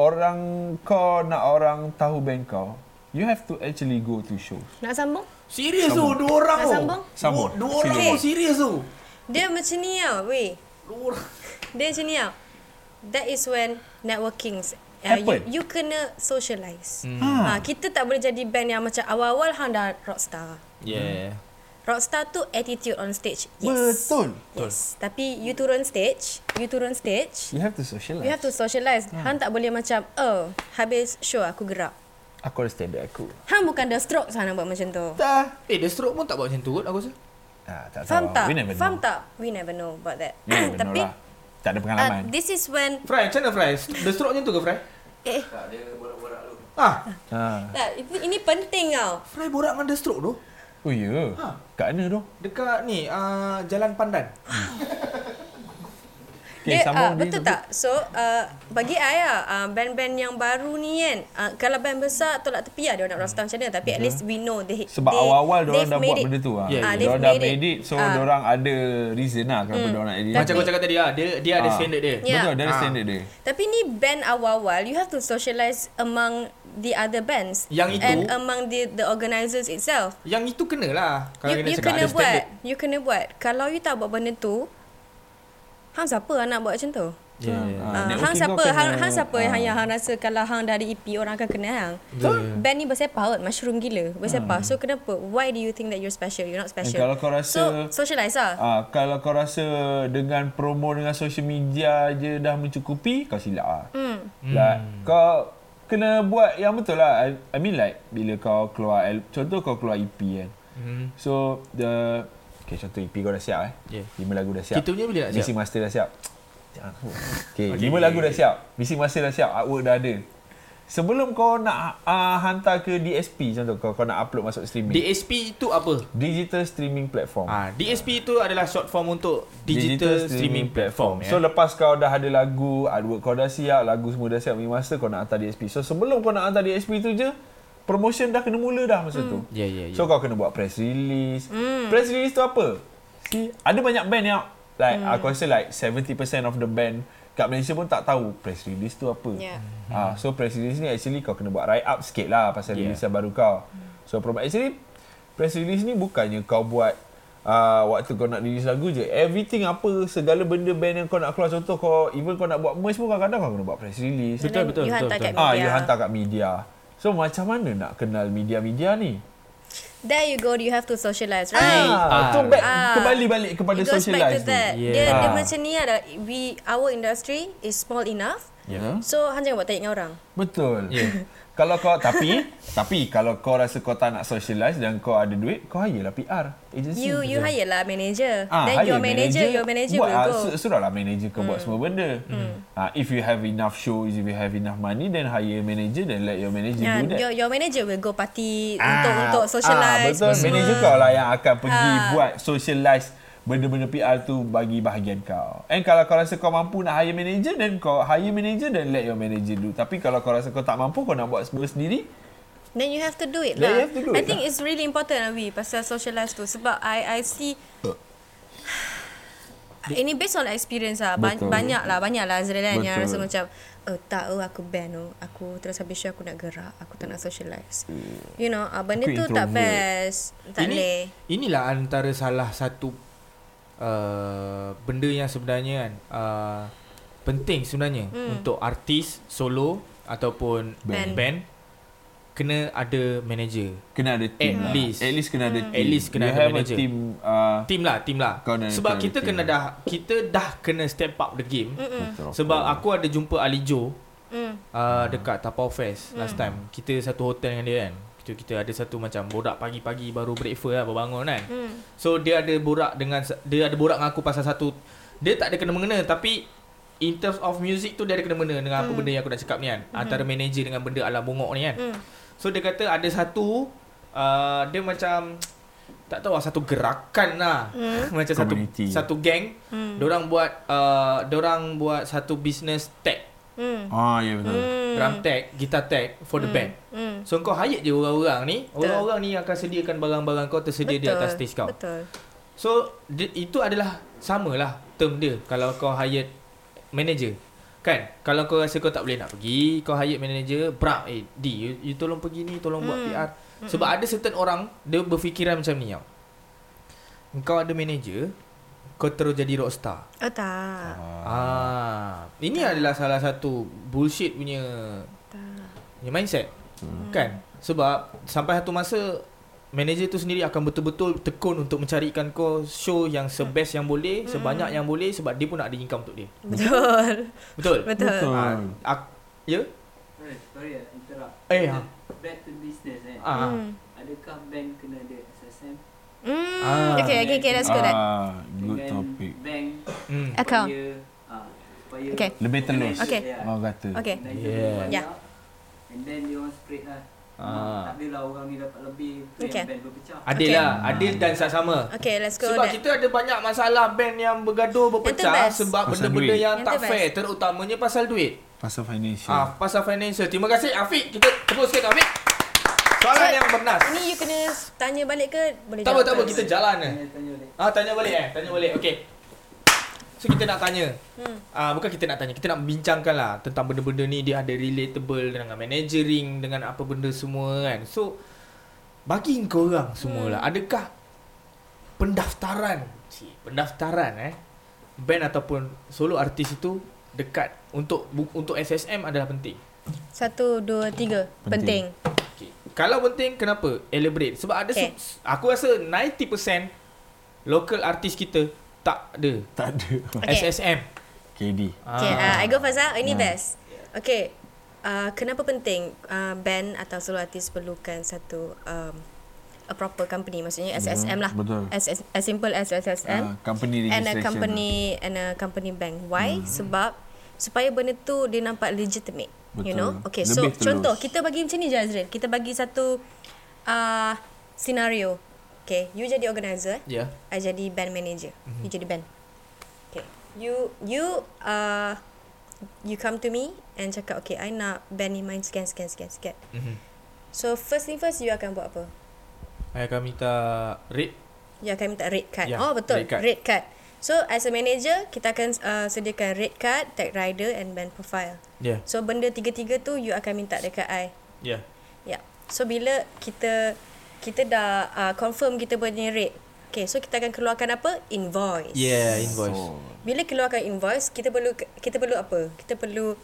S3: orang kau nak orang tahu band kau, you have to actually go to shows.
S2: Nak sambung?
S1: Serius tu dua orang
S2: Nak
S1: tu.
S2: sambung?
S3: Sambung.
S1: Dua, dua orang
S2: Sila.
S1: tu serius tu.
S2: Dia macam ni tau Weh
S1: Dua orang.
S2: Dia macam ni tau That is when networking uh,
S3: Happen.
S2: you, you kena socialise hmm. ha. Kita tak boleh jadi band yang macam Awal-awal hang dah rockstar
S1: Yeah.
S2: Rockstar tu attitude on stage Yes
S3: Betul.
S2: Yes Tapi you turun stage You turun stage
S3: You have to socialize.
S2: You have to socialise
S3: Hmm.
S2: ha. Hang tak boleh macam Oh habis show aku gerak
S3: Aku ada standard aku.
S2: Hang bukan the stroke sana buat macam tu
S3: Dah.
S1: Eh, The Stroke pun tak buat macam tu kot aku rasa.
S3: Ah, tak
S2: Faham
S3: tahu.
S2: tak?
S3: We never
S2: Faham
S3: know.
S2: tak? We never know about that
S3: We never know
S2: Tapi
S3: lah. Tak ada
S2: uh,
S3: pengalaman.
S2: This is when
S1: Fry, macam mana Fry? The Stroke macam tu ke Fry?
S2: Eh
S1: Ah,
S3: ha.
S2: tak, uh, ini, ini penting tau
S1: Fry borak dengan The Stroke tu.
S3: Oh ya. Yeah.
S1: Ha.
S3: Kat mana tu?
S1: Dekat ni, uh, Jalan Pandan.
S2: dia, ah, betul tak? So uh, bagi I lah, uh, band-band yang baru ni kan, uh, kalau band besar tolak tepi lah dia orang nak roster macam mana. Tapi at least we know they
S3: Sebab
S2: they,
S3: awal-awal dia orang
S2: they've
S3: dah
S2: made
S3: buat
S2: it.
S3: benda tu ah.
S1: Yeah, yeah.
S3: Dia orang dah made it.
S2: Ah.
S3: So
S2: Hmm.
S3: dia orang ada reason lah kenapa dia orang nak edit. Ah.
S1: Macam kau cakap tadi lah, dia, dia ada standard dia.
S2: Yeah.
S3: Betul, dia ada
S1: Ah.
S3: standard dia.
S2: Tapi ni band awal-awal, you have to socialize among the other bands.
S1: Yang itu-
S2: And among the the organisers itself.
S1: Yang itu kenalah. Kalau
S2: you, you
S1: cakap
S2: kena
S1: ada
S2: buat
S1: standard.
S2: You kena buat Kalau you tak buat benda tu Hang siapa lah nak buat macam tu
S1: Yeah.
S2: Ah,
S3: Ah, networking
S2: hang
S3: kau
S2: siapa
S3: kena-
S2: hang, hang siapa
S3: ah.
S2: hang yang hang rasa kalau hang dari EP orang akan kenal hang. Hmm?
S1: Betul.
S2: Band ni bersepah kot, mushroom gila. Bersepah. So kenapa? Why do you think that you're special? You're not special.
S3: Eh, Ah. kalau kau rasa-
S2: so socialize lah.
S3: Ah, kalau kau rasa dengan promo dengan social media je dah mencukupi, kau silap lah.
S2: Hmm.
S3: Mm. Like,
S1: Hmm.
S3: kau kena buat yang betul lah. I, I mean like, bila kau keluar, al- contoh kau keluar EP kan.
S1: Hmm.
S3: So, the... Okay, contoh EP kau dah siap eh.
S1: Yeah.
S3: Lima lagu dah siap.
S1: Kita punya bila nak siap?
S3: Mixing master dah siap. Jangan aku. Okay, lima lagu dah siap. Mixing master dah siap. Artwork dah ada. Sebelum kau nak uh, hantar ke DSP contoh kau kau nak upload masuk streaming.
S1: DSP itu apa?
S3: Digital streaming platform.
S1: Ah, DSP itu adalah short form untuk digital, streaming, platform. ya.
S3: So lepas kau dah ada lagu, artwork kau dah siap, lagu semua dah siap, remaster kau nak hantar DSP. So sebelum kau nak hantar DSP tu je, promotion dah kena mula dah masa tu.
S1: Ya, ya, ya.
S3: So kau kena buat press release. Press release tu apa? See, ada banyak band yang like aku rasa like 70% of the band kat Malaysia pun tak tahu press release tu apa.
S2: Yeah.
S3: Ah, so press release ni actually kau kena buat write up sikit lah pasal
S1: Yeah.
S3: yeah. release yang baru kau. So promo actually press release ni bukannya kau buat uh, waktu kau nak release lagu je. Everything apa segala benda band yang kau nak keluar contoh kau even kau nak buat merch pun kadang-kadang kau kena buat press release.
S2: And then
S1: betul,
S2: You
S1: betul,
S2: hantar
S1: betul.
S2: kat
S3: Ah,
S2: media.
S3: you hantar kat media. So macam mana nak kenal media-media ni?
S2: There you go. You have to socialize, right?
S1: AR.
S3: Ah, tu back
S2: Ah.
S3: kembali balik
S2: It
S3: kepada
S2: goes back
S3: socialize
S2: to
S3: tu.
S2: that.
S1: Yeah.
S2: Dia, dia
S3: Ah.
S2: macam ni ada we our industry is small enough
S1: Ya.
S2: So hanya awak tanya dengan orang.
S3: Betul.
S1: Ya.
S3: Kalau kau tapi tapi kalau kau rasa kau tak nak socialize dan kau ada duit, kau hire lah PR agency.
S2: You you hire lah manager. Ah, Then
S3: hire
S2: your manager, your manager
S3: buat,
S2: will
S3: ah,
S2: go. Hmm.
S3: su- Suruh lah manager kau buat semua benda. Ah, if you have enough shows, if you have enough money, then hire manager then let your manager
S2: Yeah,
S3: do that.
S2: Ah, your your manager will go party
S3: Ah,
S2: untuk untuk socialize.
S3: Ah, betul.
S2: semua.
S3: Manager kau lah yang akan pergi
S2: Ah.
S3: buat socialize benda-benda PR tu bagi bahagian kau. And kalau kau rasa kau mampu nak hire manager, then kau hire manager then let your manager do. Tapi kalau kau rasa kau tak mampu, kau nak buat semua sendiri,
S2: Then you have to do it
S3: Then
S2: lah.
S3: you have to do
S2: I
S3: it
S2: think
S3: lah.
S2: it's really important lah, we pasal socialize tu sebab I I see ini based on experience lah. Ba-
S3: Betul.
S2: banyak lah, banyak lah Azrael kan yang rasa
S3: Betul.
S2: macam oh, tak, oh, aku band oh. Aku terus habis show aku nak gerak. Aku tak nak socialize. You know, ah, benda
S3: Hmm.
S2: tu
S3: Aku
S2: tak
S3: introvert.
S2: best. Tak
S1: Ini-
S2: boleh.
S1: Inilah antara salah satu uh, benda yang sebenarnya kan uh, penting sebenarnya
S2: Hmm.
S1: untuk artis solo ataupun band.
S2: Band.
S1: band kena ada manager.
S3: kena ada
S1: At
S3: team lah.
S1: least.
S3: At least kena
S2: Hmm.
S3: ada team.
S1: At least kena
S3: you
S1: ada
S3: have
S1: manager.
S3: a team. Uh,
S1: Team lah, team lah.
S3: Kau dan- lah.
S1: Sebab
S3: kau
S1: kita
S3: ada
S1: kena
S3: team.
S1: dah kita dah kena step up the game.
S2: Mm-mm.
S3: betul.
S1: Sebab aku ada jumpa Ali Joe
S2: Mm.
S3: Hmm.
S1: uh, dekat Tapau Fest last time. Kita satu hotel dengan dia kan. Kita kita ada satu macam borak pagi-pagi baru breakfast lah baru bangun kan.
S2: Mm.
S1: So dia ada borak dengan dia ada borak dengan aku pasal satu dia tak ada kena mengena tapi in terms of music tu dia ada kena mengena dengan apa benda yang aku nak cakap ni kan. Antara manager dengan benda ala bongok ni kan.
S2: Mm.
S1: So dia kata ada satu uh, dia macam tak tahu lah satu gerakan lah
S2: Mm.
S1: macam
S3: Community.
S1: satu satu gang
S2: Mm.
S1: mm. orang buat uh, orang buat satu business tag
S2: Mm.
S3: Ah, ya yeah, betul.
S2: Mm.
S1: Hmm. drum tag guitar tag for the band
S2: Mm.
S1: so kau hire je orang-orang ni
S2: Betul.
S1: orang-orang ni akan sediakan barang-barang kau tersedia di atas stage kau
S2: Betul.
S1: So di- itu adalah samalah term dia kalau kau hire manager. Kan? Kalau kau rasa kau tak boleh nak pergi, kau hire manager, brak eh D you, you tolong pergi ni, tolong buat
S2: Hmm.
S1: PR. Sebab ada certain orang dia berfikiran macam ni tau. Kau ada manager, kau terus jadi rockstar.
S2: Oh tak.
S1: Ah, ini adalah salah satu bullshit punya
S2: Tak.
S1: punya mindset. Hmm. Kan? Sebab sampai satu masa manager tu sendiri akan betul-betul tekun untuk mencarikan kau show yang sebest yang boleh, sebanyak yang boleh sebab dia pun nak ada income untuk dia.
S2: Betul.
S1: Betul.
S2: Betul.
S3: Betul.
S1: Ah, ak- ya?
S4: Sorry, sorry lah, interrupt.
S1: Eh, ha.
S4: Back to business eh.
S1: Ah.
S2: Mm.
S4: Adakah bank kena ada SSM?
S2: Mm.
S1: Ah.
S2: Okay, okay, okay, let's go that.
S3: Ah, good
S4: Dengan
S3: topic.
S4: Bank
S1: Hmm.
S2: Account.
S4: supaya, ah, supaya
S2: Okay.
S3: Lebih telus.
S2: Okay.
S3: Orang kata.
S1: Ah.
S2: Okay.
S1: Yeah.
S4: Yeah.
S2: Yeah.
S4: yeah. And then dia orang spread lah.
S1: Ah.
S4: Tak adalah orang ni dapat lebih. Tu
S2: Okay.
S4: yang bank berpecah.
S1: Adil
S2: Okay.
S1: lah, adil dan sama.
S2: Okay, let's go
S1: Sebab
S2: that.
S1: kita ada banyak masalah band yang bergaduh berpecah
S2: best.
S1: sebab
S3: Pasal
S1: benda-benda
S3: duit.
S1: yang
S2: Yang tu
S1: tak
S2: best.
S1: fair terutamanya pasal duit.
S3: Pasal financial.
S1: Ah, pasal financial. Terima kasih Afiq. Kita tepuskan Afiq. Soalan
S2: So,
S1: yang bernas.
S2: Ini you kena tanya balik ke boleh
S1: Tak apa,
S2: jawab
S1: tak apa.
S2: first?
S1: Kita jalan eh.
S4: Tanya, tanya balik.
S1: Ah tanya balik eh, tanya balik. Okey. So kita nak tanya.
S2: Hmm.
S1: Ah bukan kita nak tanya, kita nak bincangkan lah tentang benda-benda ni dia ada relatable dengan managering dengan apa benda semua kan. So bagi kau orang semua lah, adakah pendaftaran, cik, pendaftaran eh band ataupun solo artis itu dekat untuk bu- untuk SSM adalah penting.
S2: Satu, dua, tiga. Penting.
S3: Penting.
S1: Okay. Kalau penting kenapa? Elaborate. Sebab ada
S2: Okay.
S1: okay. aku rasa 90% local artis kita tak ada
S3: Tak ada.
S2: Okay.
S1: okay. SSM.
S3: KD.
S2: Okay, uh, I go first lah. Ini
S3: Ah.
S1: Hmm.
S2: best. Okay. Uh, kenapa penting uh, band atau solo artis perlukan satu um, a proper company maksudnya SSM lah
S3: Betul.
S2: As, as, as simple as SSM
S3: Ah, company
S2: and a
S3: registration.
S2: company and a company bank. Why? Hmm. Sebab supaya benda tu dia nampak legitimate. Betul. You
S3: Betul.
S2: know? Okay,
S3: Lebih
S2: so
S3: telus.
S2: contoh kita bagi macam ni je Azril. Kita bagi satu uh, scenario. Okay, you jadi organizer,
S1: Ya. Yeah.
S2: I jadi band manager. Mm-hmm. You jadi band. Okay. You you uh you come to me and cakap okay, I nak band ni main sekian sekian sekian sekian.
S1: Mm-hmm.
S2: So first thing first you akan buat apa?
S1: Saya akan minta rate.
S2: Ya akan minta red card.
S1: Ya,
S2: oh
S1: red
S2: betul. Red
S1: card.
S2: card. red card. So as a manager kita akan uh, sediakan red card, tag rider and band profile.
S1: Ya.
S2: So benda tiga-tiga tu you akan minta dekat I.
S1: Yeah. Ya. Yeah.
S2: Ya. Yeah. So bila kita kita dah uh, confirm kita punya rate. Okay, so kita akan keluarkan apa? Invoice.
S1: Yeah, invoice.
S3: So,
S2: Bila keluarkan invoice, kita perlu kita perlu apa? Kita perlu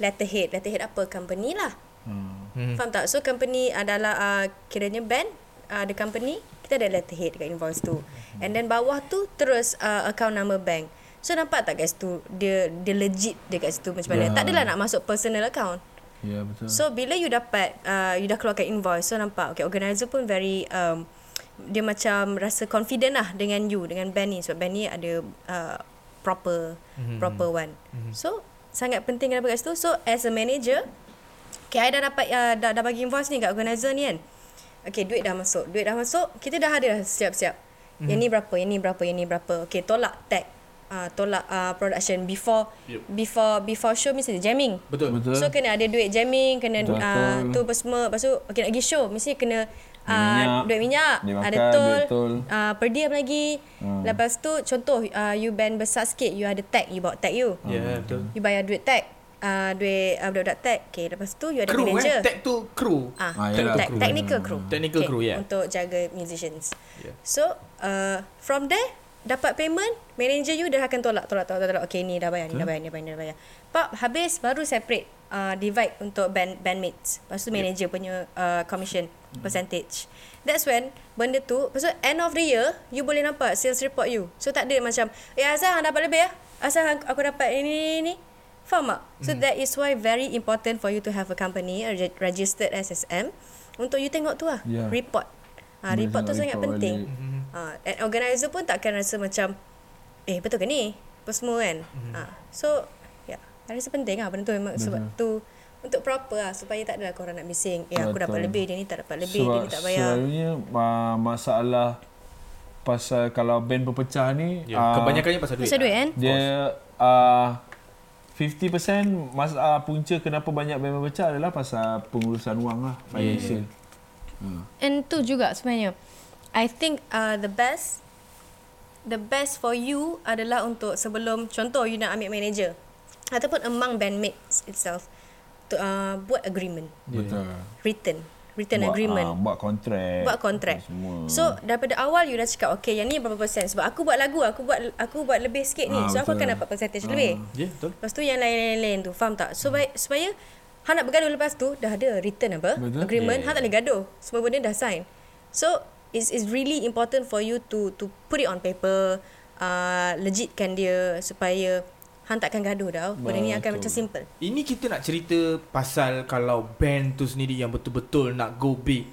S2: letterhead. Letterhead apa? Company lah.
S3: hmm.
S1: Hmm.
S2: Faham tak? So company adalah uh, kiranya band uh, the company kita ada letterhead dekat invoice tu. And then bawah tu terus uh, ah, account number bank. So nampak tak kat situ dia dia legit dekat situ macam mana.
S3: Ya.
S2: Yeah. Tak adalah nak masuk personal account.
S3: Ya betul.
S2: So bila you dapat uh, you dah keluarkan invoice so nampak okay organizer pun very um, dia macam rasa confident lah dengan you dengan band ni sebab band ni ada uh, proper
S1: Mhm.
S2: mm-hmm. proper one.
S1: Mhm.
S2: Mm-hmm. So sangat penting kenapa kat situ. So as a manager Okay, I dah dapat uh, dah, dah bagi invoice ni kat organizer ni kan. Okay, duit dah masuk. Duit dah masuk. Kita dah ada dah siap-siap.
S1: Mhm.
S2: Mm-hmm. Yang ni berapa, yang ni berapa, yang ni berapa. Okay, tolak tag. Uh, tolak uh, production before
S1: Yep.
S2: yep. before before show mesti jamming.
S1: Betul.
S3: betul.
S2: So kena ada duit jamming, kena
S3: Betul.
S2: uh, tu apa semua. Lepas tu okay, nak pergi show, mesti kena uh,
S3: minyak,
S2: duit minyak,
S3: duit
S2: ada
S3: makan,
S2: tol,
S3: duit tol.
S2: Uh, per diem lagi.
S3: Hmm.
S2: Lepas tu contoh uh, you band besar sikit, you ada tag, you bawa tag you.
S1: Ya, yeah, betul.
S2: You bayar duit tag, uh, duit uh, budak-budak tag. Okay, lepas tu you ada
S1: Crew eh.
S2: manager.
S1: Tag tu crew.
S2: Ah,
S3: Ah,
S2: te-
S3: yalah,
S2: te-
S3: crew.
S2: technical crew.
S1: Technical ya. crew, yeah.
S2: Untuk jaga musicians.
S1: Yeah.
S2: So, uh, from there, dapat payment, manager you dah akan tolak, tolak, tolak, tolak. Okay, ni dah bayar, ni dah bayar, ni dah bayar, ni dah bayar. Pap, habis baru separate, uh, divide untuk band bandmates. Lepas tu manager punya uh, commission, percentage. That's when benda tu, lepas tu end of the year, you boleh nampak sales report you. So, tak ada macam, eh Azhar, hang dapat lebih lah. Azhar, hang- aku dapat ini, ini, ini. Faham tak? So mm. that is why very important for you to have a company a reg- registered SSM untuk you tengok tu lah
S3: Yeah.
S2: report. Ha,
S3: Boleh
S2: report tu
S3: tengok
S2: sangat
S3: report
S2: penting.
S3: balik.
S2: Ha, and organizer pun takkan rasa macam eh betul ke ni? Apa semua kan? Ha, so ya, yeah, I rasa penting lah benda tu memang sebab tu untuk proper lah supaya tak adalah korang nak bising. Eh aku dapat
S3: Betul.
S2: lebih, dia ni tak dapat lebih, dia ni tak bayar.
S3: Selalunya uh, masalah pasal kalau band berpecah ni
S1: Ya,
S3: ah,
S1: kebanyakannya pasal duit.
S2: Pasal duit kan?
S3: dia uh, 50% mas, uh, punca kenapa banyak band berpecah adalah pasal pengurusan wang lah
S1: Ya,
S3: financial.
S2: And tu juga sebenarnya. I think uh, the best the best for you adalah untuk sebelum contoh you nak ambil manager ataupun among bandmates itself to uh, buat agreement
S3: Betul.
S2: written written
S3: buat,
S2: agreement
S3: ah, hmm. buat kontrak.
S2: buat kontrak.
S3: Semua.
S2: So daripada awal you dah cakap okay yang ni berapa persen sebab aku buat lagu aku buat aku buat lebih sikit ni
S3: Ah,
S2: so aku akan
S3: betul.
S2: dapat percentage lebih.
S1: Ya, yeah, betul.
S2: Lepas tu yang lain-lain tu Faham tak So
S3: Hmm.
S2: baik, supaya Hang nak bergaduh lepas tu Dah ada return apa
S3: Betul.
S2: Agreement
S1: Yeah.
S2: Hang tak boleh gaduh Semua benda dah sign So It's, it's really important for you to to put it on paper uh, Legitkan dia Supaya Hang takkan gaduh dah Benda ni akan macam simple
S1: Ini kita nak cerita pasal kalau band tu sendiri yang betul-betul nak go big.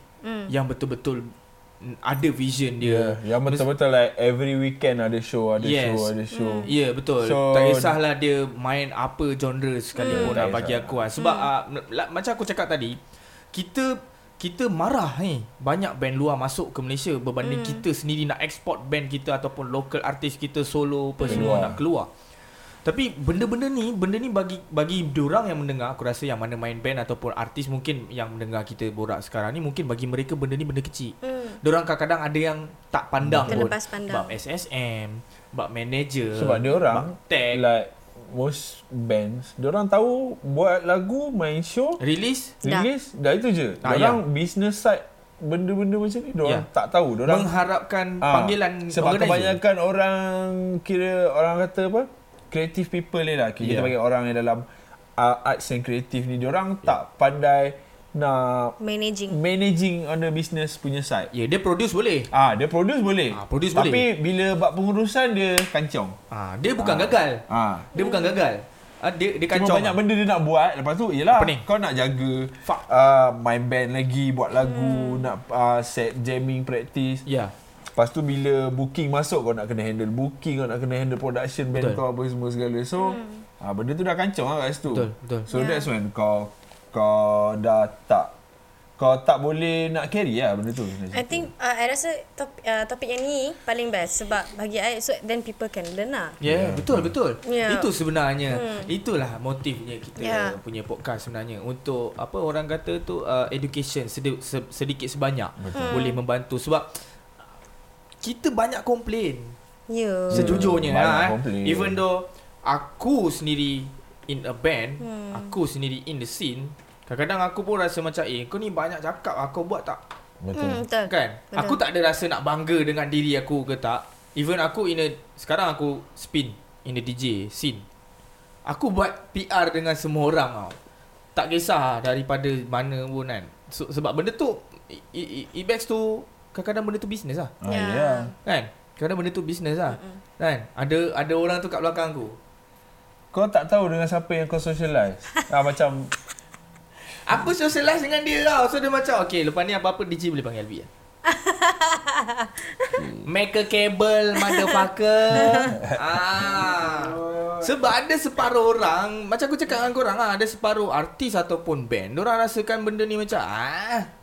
S1: Mm.
S2: Hmm.
S1: Yang betul-betul mm, ada vision
S3: Yeah.
S1: dia.
S3: Ya, Yang betul-betul like every weekend ada show, ada
S1: Ya. Yes.
S3: show, ada show.
S1: Ya, yeah, betul. So,
S3: So-
S1: tak kisahlah dia main apa genre sekalipun
S3: Hmm.
S1: lah
S3: Tak
S1: bagi
S3: kisah.
S1: aku lah. Sebab hmm. uh, la, macam aku cakap tadi, kita kita marah ni banyak band luar masuk ke Malaysia berbanding hmm. kita sendiri nak export band kita ataupun local artis kita solo apa semua
S3: Keluar.
S1: nak keluar. Tapi benda-benda ni, benda ni bagi bagi diorang yang mendengar, aku rasa yang mana main band ataupun artis mungkin yang mendengar kita borak sekarang ni mungkin bagi mereka benda ni benda kecil.
S2: Hmm.
S1: Diorang kadang-kadang ada yang tak pandang
S2: Terlepas pandang.
S1: Bab SSM, bab manager.
S3: Sebab dia orang lah-
S1: bab tag,
S3: like most bands, dia orang tahu buat lagu, main show,
S1: release
S2: Dah.
S3: release, dah itu je. Dia
S1: Ah,
S3: orang business side benda-benda macam ni, dia orang
S1: Ya.
S3: tak tahu. Dia orang
S1: mengharapkan
S3: Ah,
S1: panggilan
S3: sebab
S1: organizer.
S3: kebanyakan orang kira orang kata apa creative people ni lah kita
S1: Yeah.
S3: yeah. bagi orang yang dalam uh, arts and creative ni
S1: Ya.
S3: orang yeah. tak pandai nak
S2: Managing
S3: managing on the business punya side
S1: Ya, yeah, dia produce boleh.
S3: ah dia produce boleh
S1: Ah, produce boleh.
S3: tapi bila bab pengurusan dia kancong
S1: Ah, dia bukan gagal.
S3: ah
S1: Dia bukan gagal. Ah, dia dia
S3: Cuma
S1: kacau.
S3: banyak benda dia nak buat Lepas tu Yelah
S1: Apa ni?
S3: Kau nak jaga
S1: Fuck.
S3: uh, Main band lagi Buat
S2: Hmm.
S3: lagu Nak uh, set jamming practice
S1: Ya.
S3: Lepas tu bila booking masuk kau nak kena handle booking, kau nak kena handle production band
S1: Betul.
S3: kau apa semua segala. So hmm. ah, benda tu dah kancung lah kat situ.
S1: Betul, betul.
S2: Ya.
S3: So yeah. that's when kau kau dah tak kau tak boleh nak carry lah benda tu.
S2: I think uh, I rasa top, uh, topik yang ni Paling best Sebab bagi I So then people can learn lah
S1: Ya, yeah, yeah, betul betul. Yeah.
S2: Ya.
S1: Itu sebenarnya. Hmm. Itulah motifnya kita
S2: Ya.
S1: yeah. punya podcast sebenarnya untuk apa orang kata tu uh, education sedi- se- sedikit sebanyak betul. boleh membantu sebab kita banyak komplain.
S2: Yeah
S1: Sejujurnya
S3: Banyak
S1: lah, eh.
S3: komplain.
S1: Even though Aku sendiri In a band hmm. Aku sendiri in the scene Kadang-kadang aku pun rasa macam Eh kau ni banyak cakap Aku buat tak
S3: Betul.
S2: Hmm, betul
S1: Kan
S2: Betul.
S1: Aku tak ada rasa nak bangga Dengan diri aku ke tak Even aku in a Sekarang aku spin In the DJ scene Aku buat PR dengan semua orang tau Tak kisah Daripada mana pun kan so, Sebab benda tu It, it, it backs to Kadang-kadang benda tu business lah
S3: Ah,
S2: Ya.
S3: yeah.
S1: Kan Kerana benda tu bisnes lah.
S2: Mm-mm.
S1: Kan? Ada ada orang tu kat belakang aku.
S3: Kau tak tahu dengan siapa yang kau socialize. ah macam
S1: Aku socialize dengan dia tau. So dia macam okay lepas ni apa-apa DJ boleh panggil Albi. Make a cable motherfucker. ah. Sebab ada separuh orang Macam aku cakap dengan korang ah, Ada separuh artis ataupun band Diorang rasakan benda ni macam ah,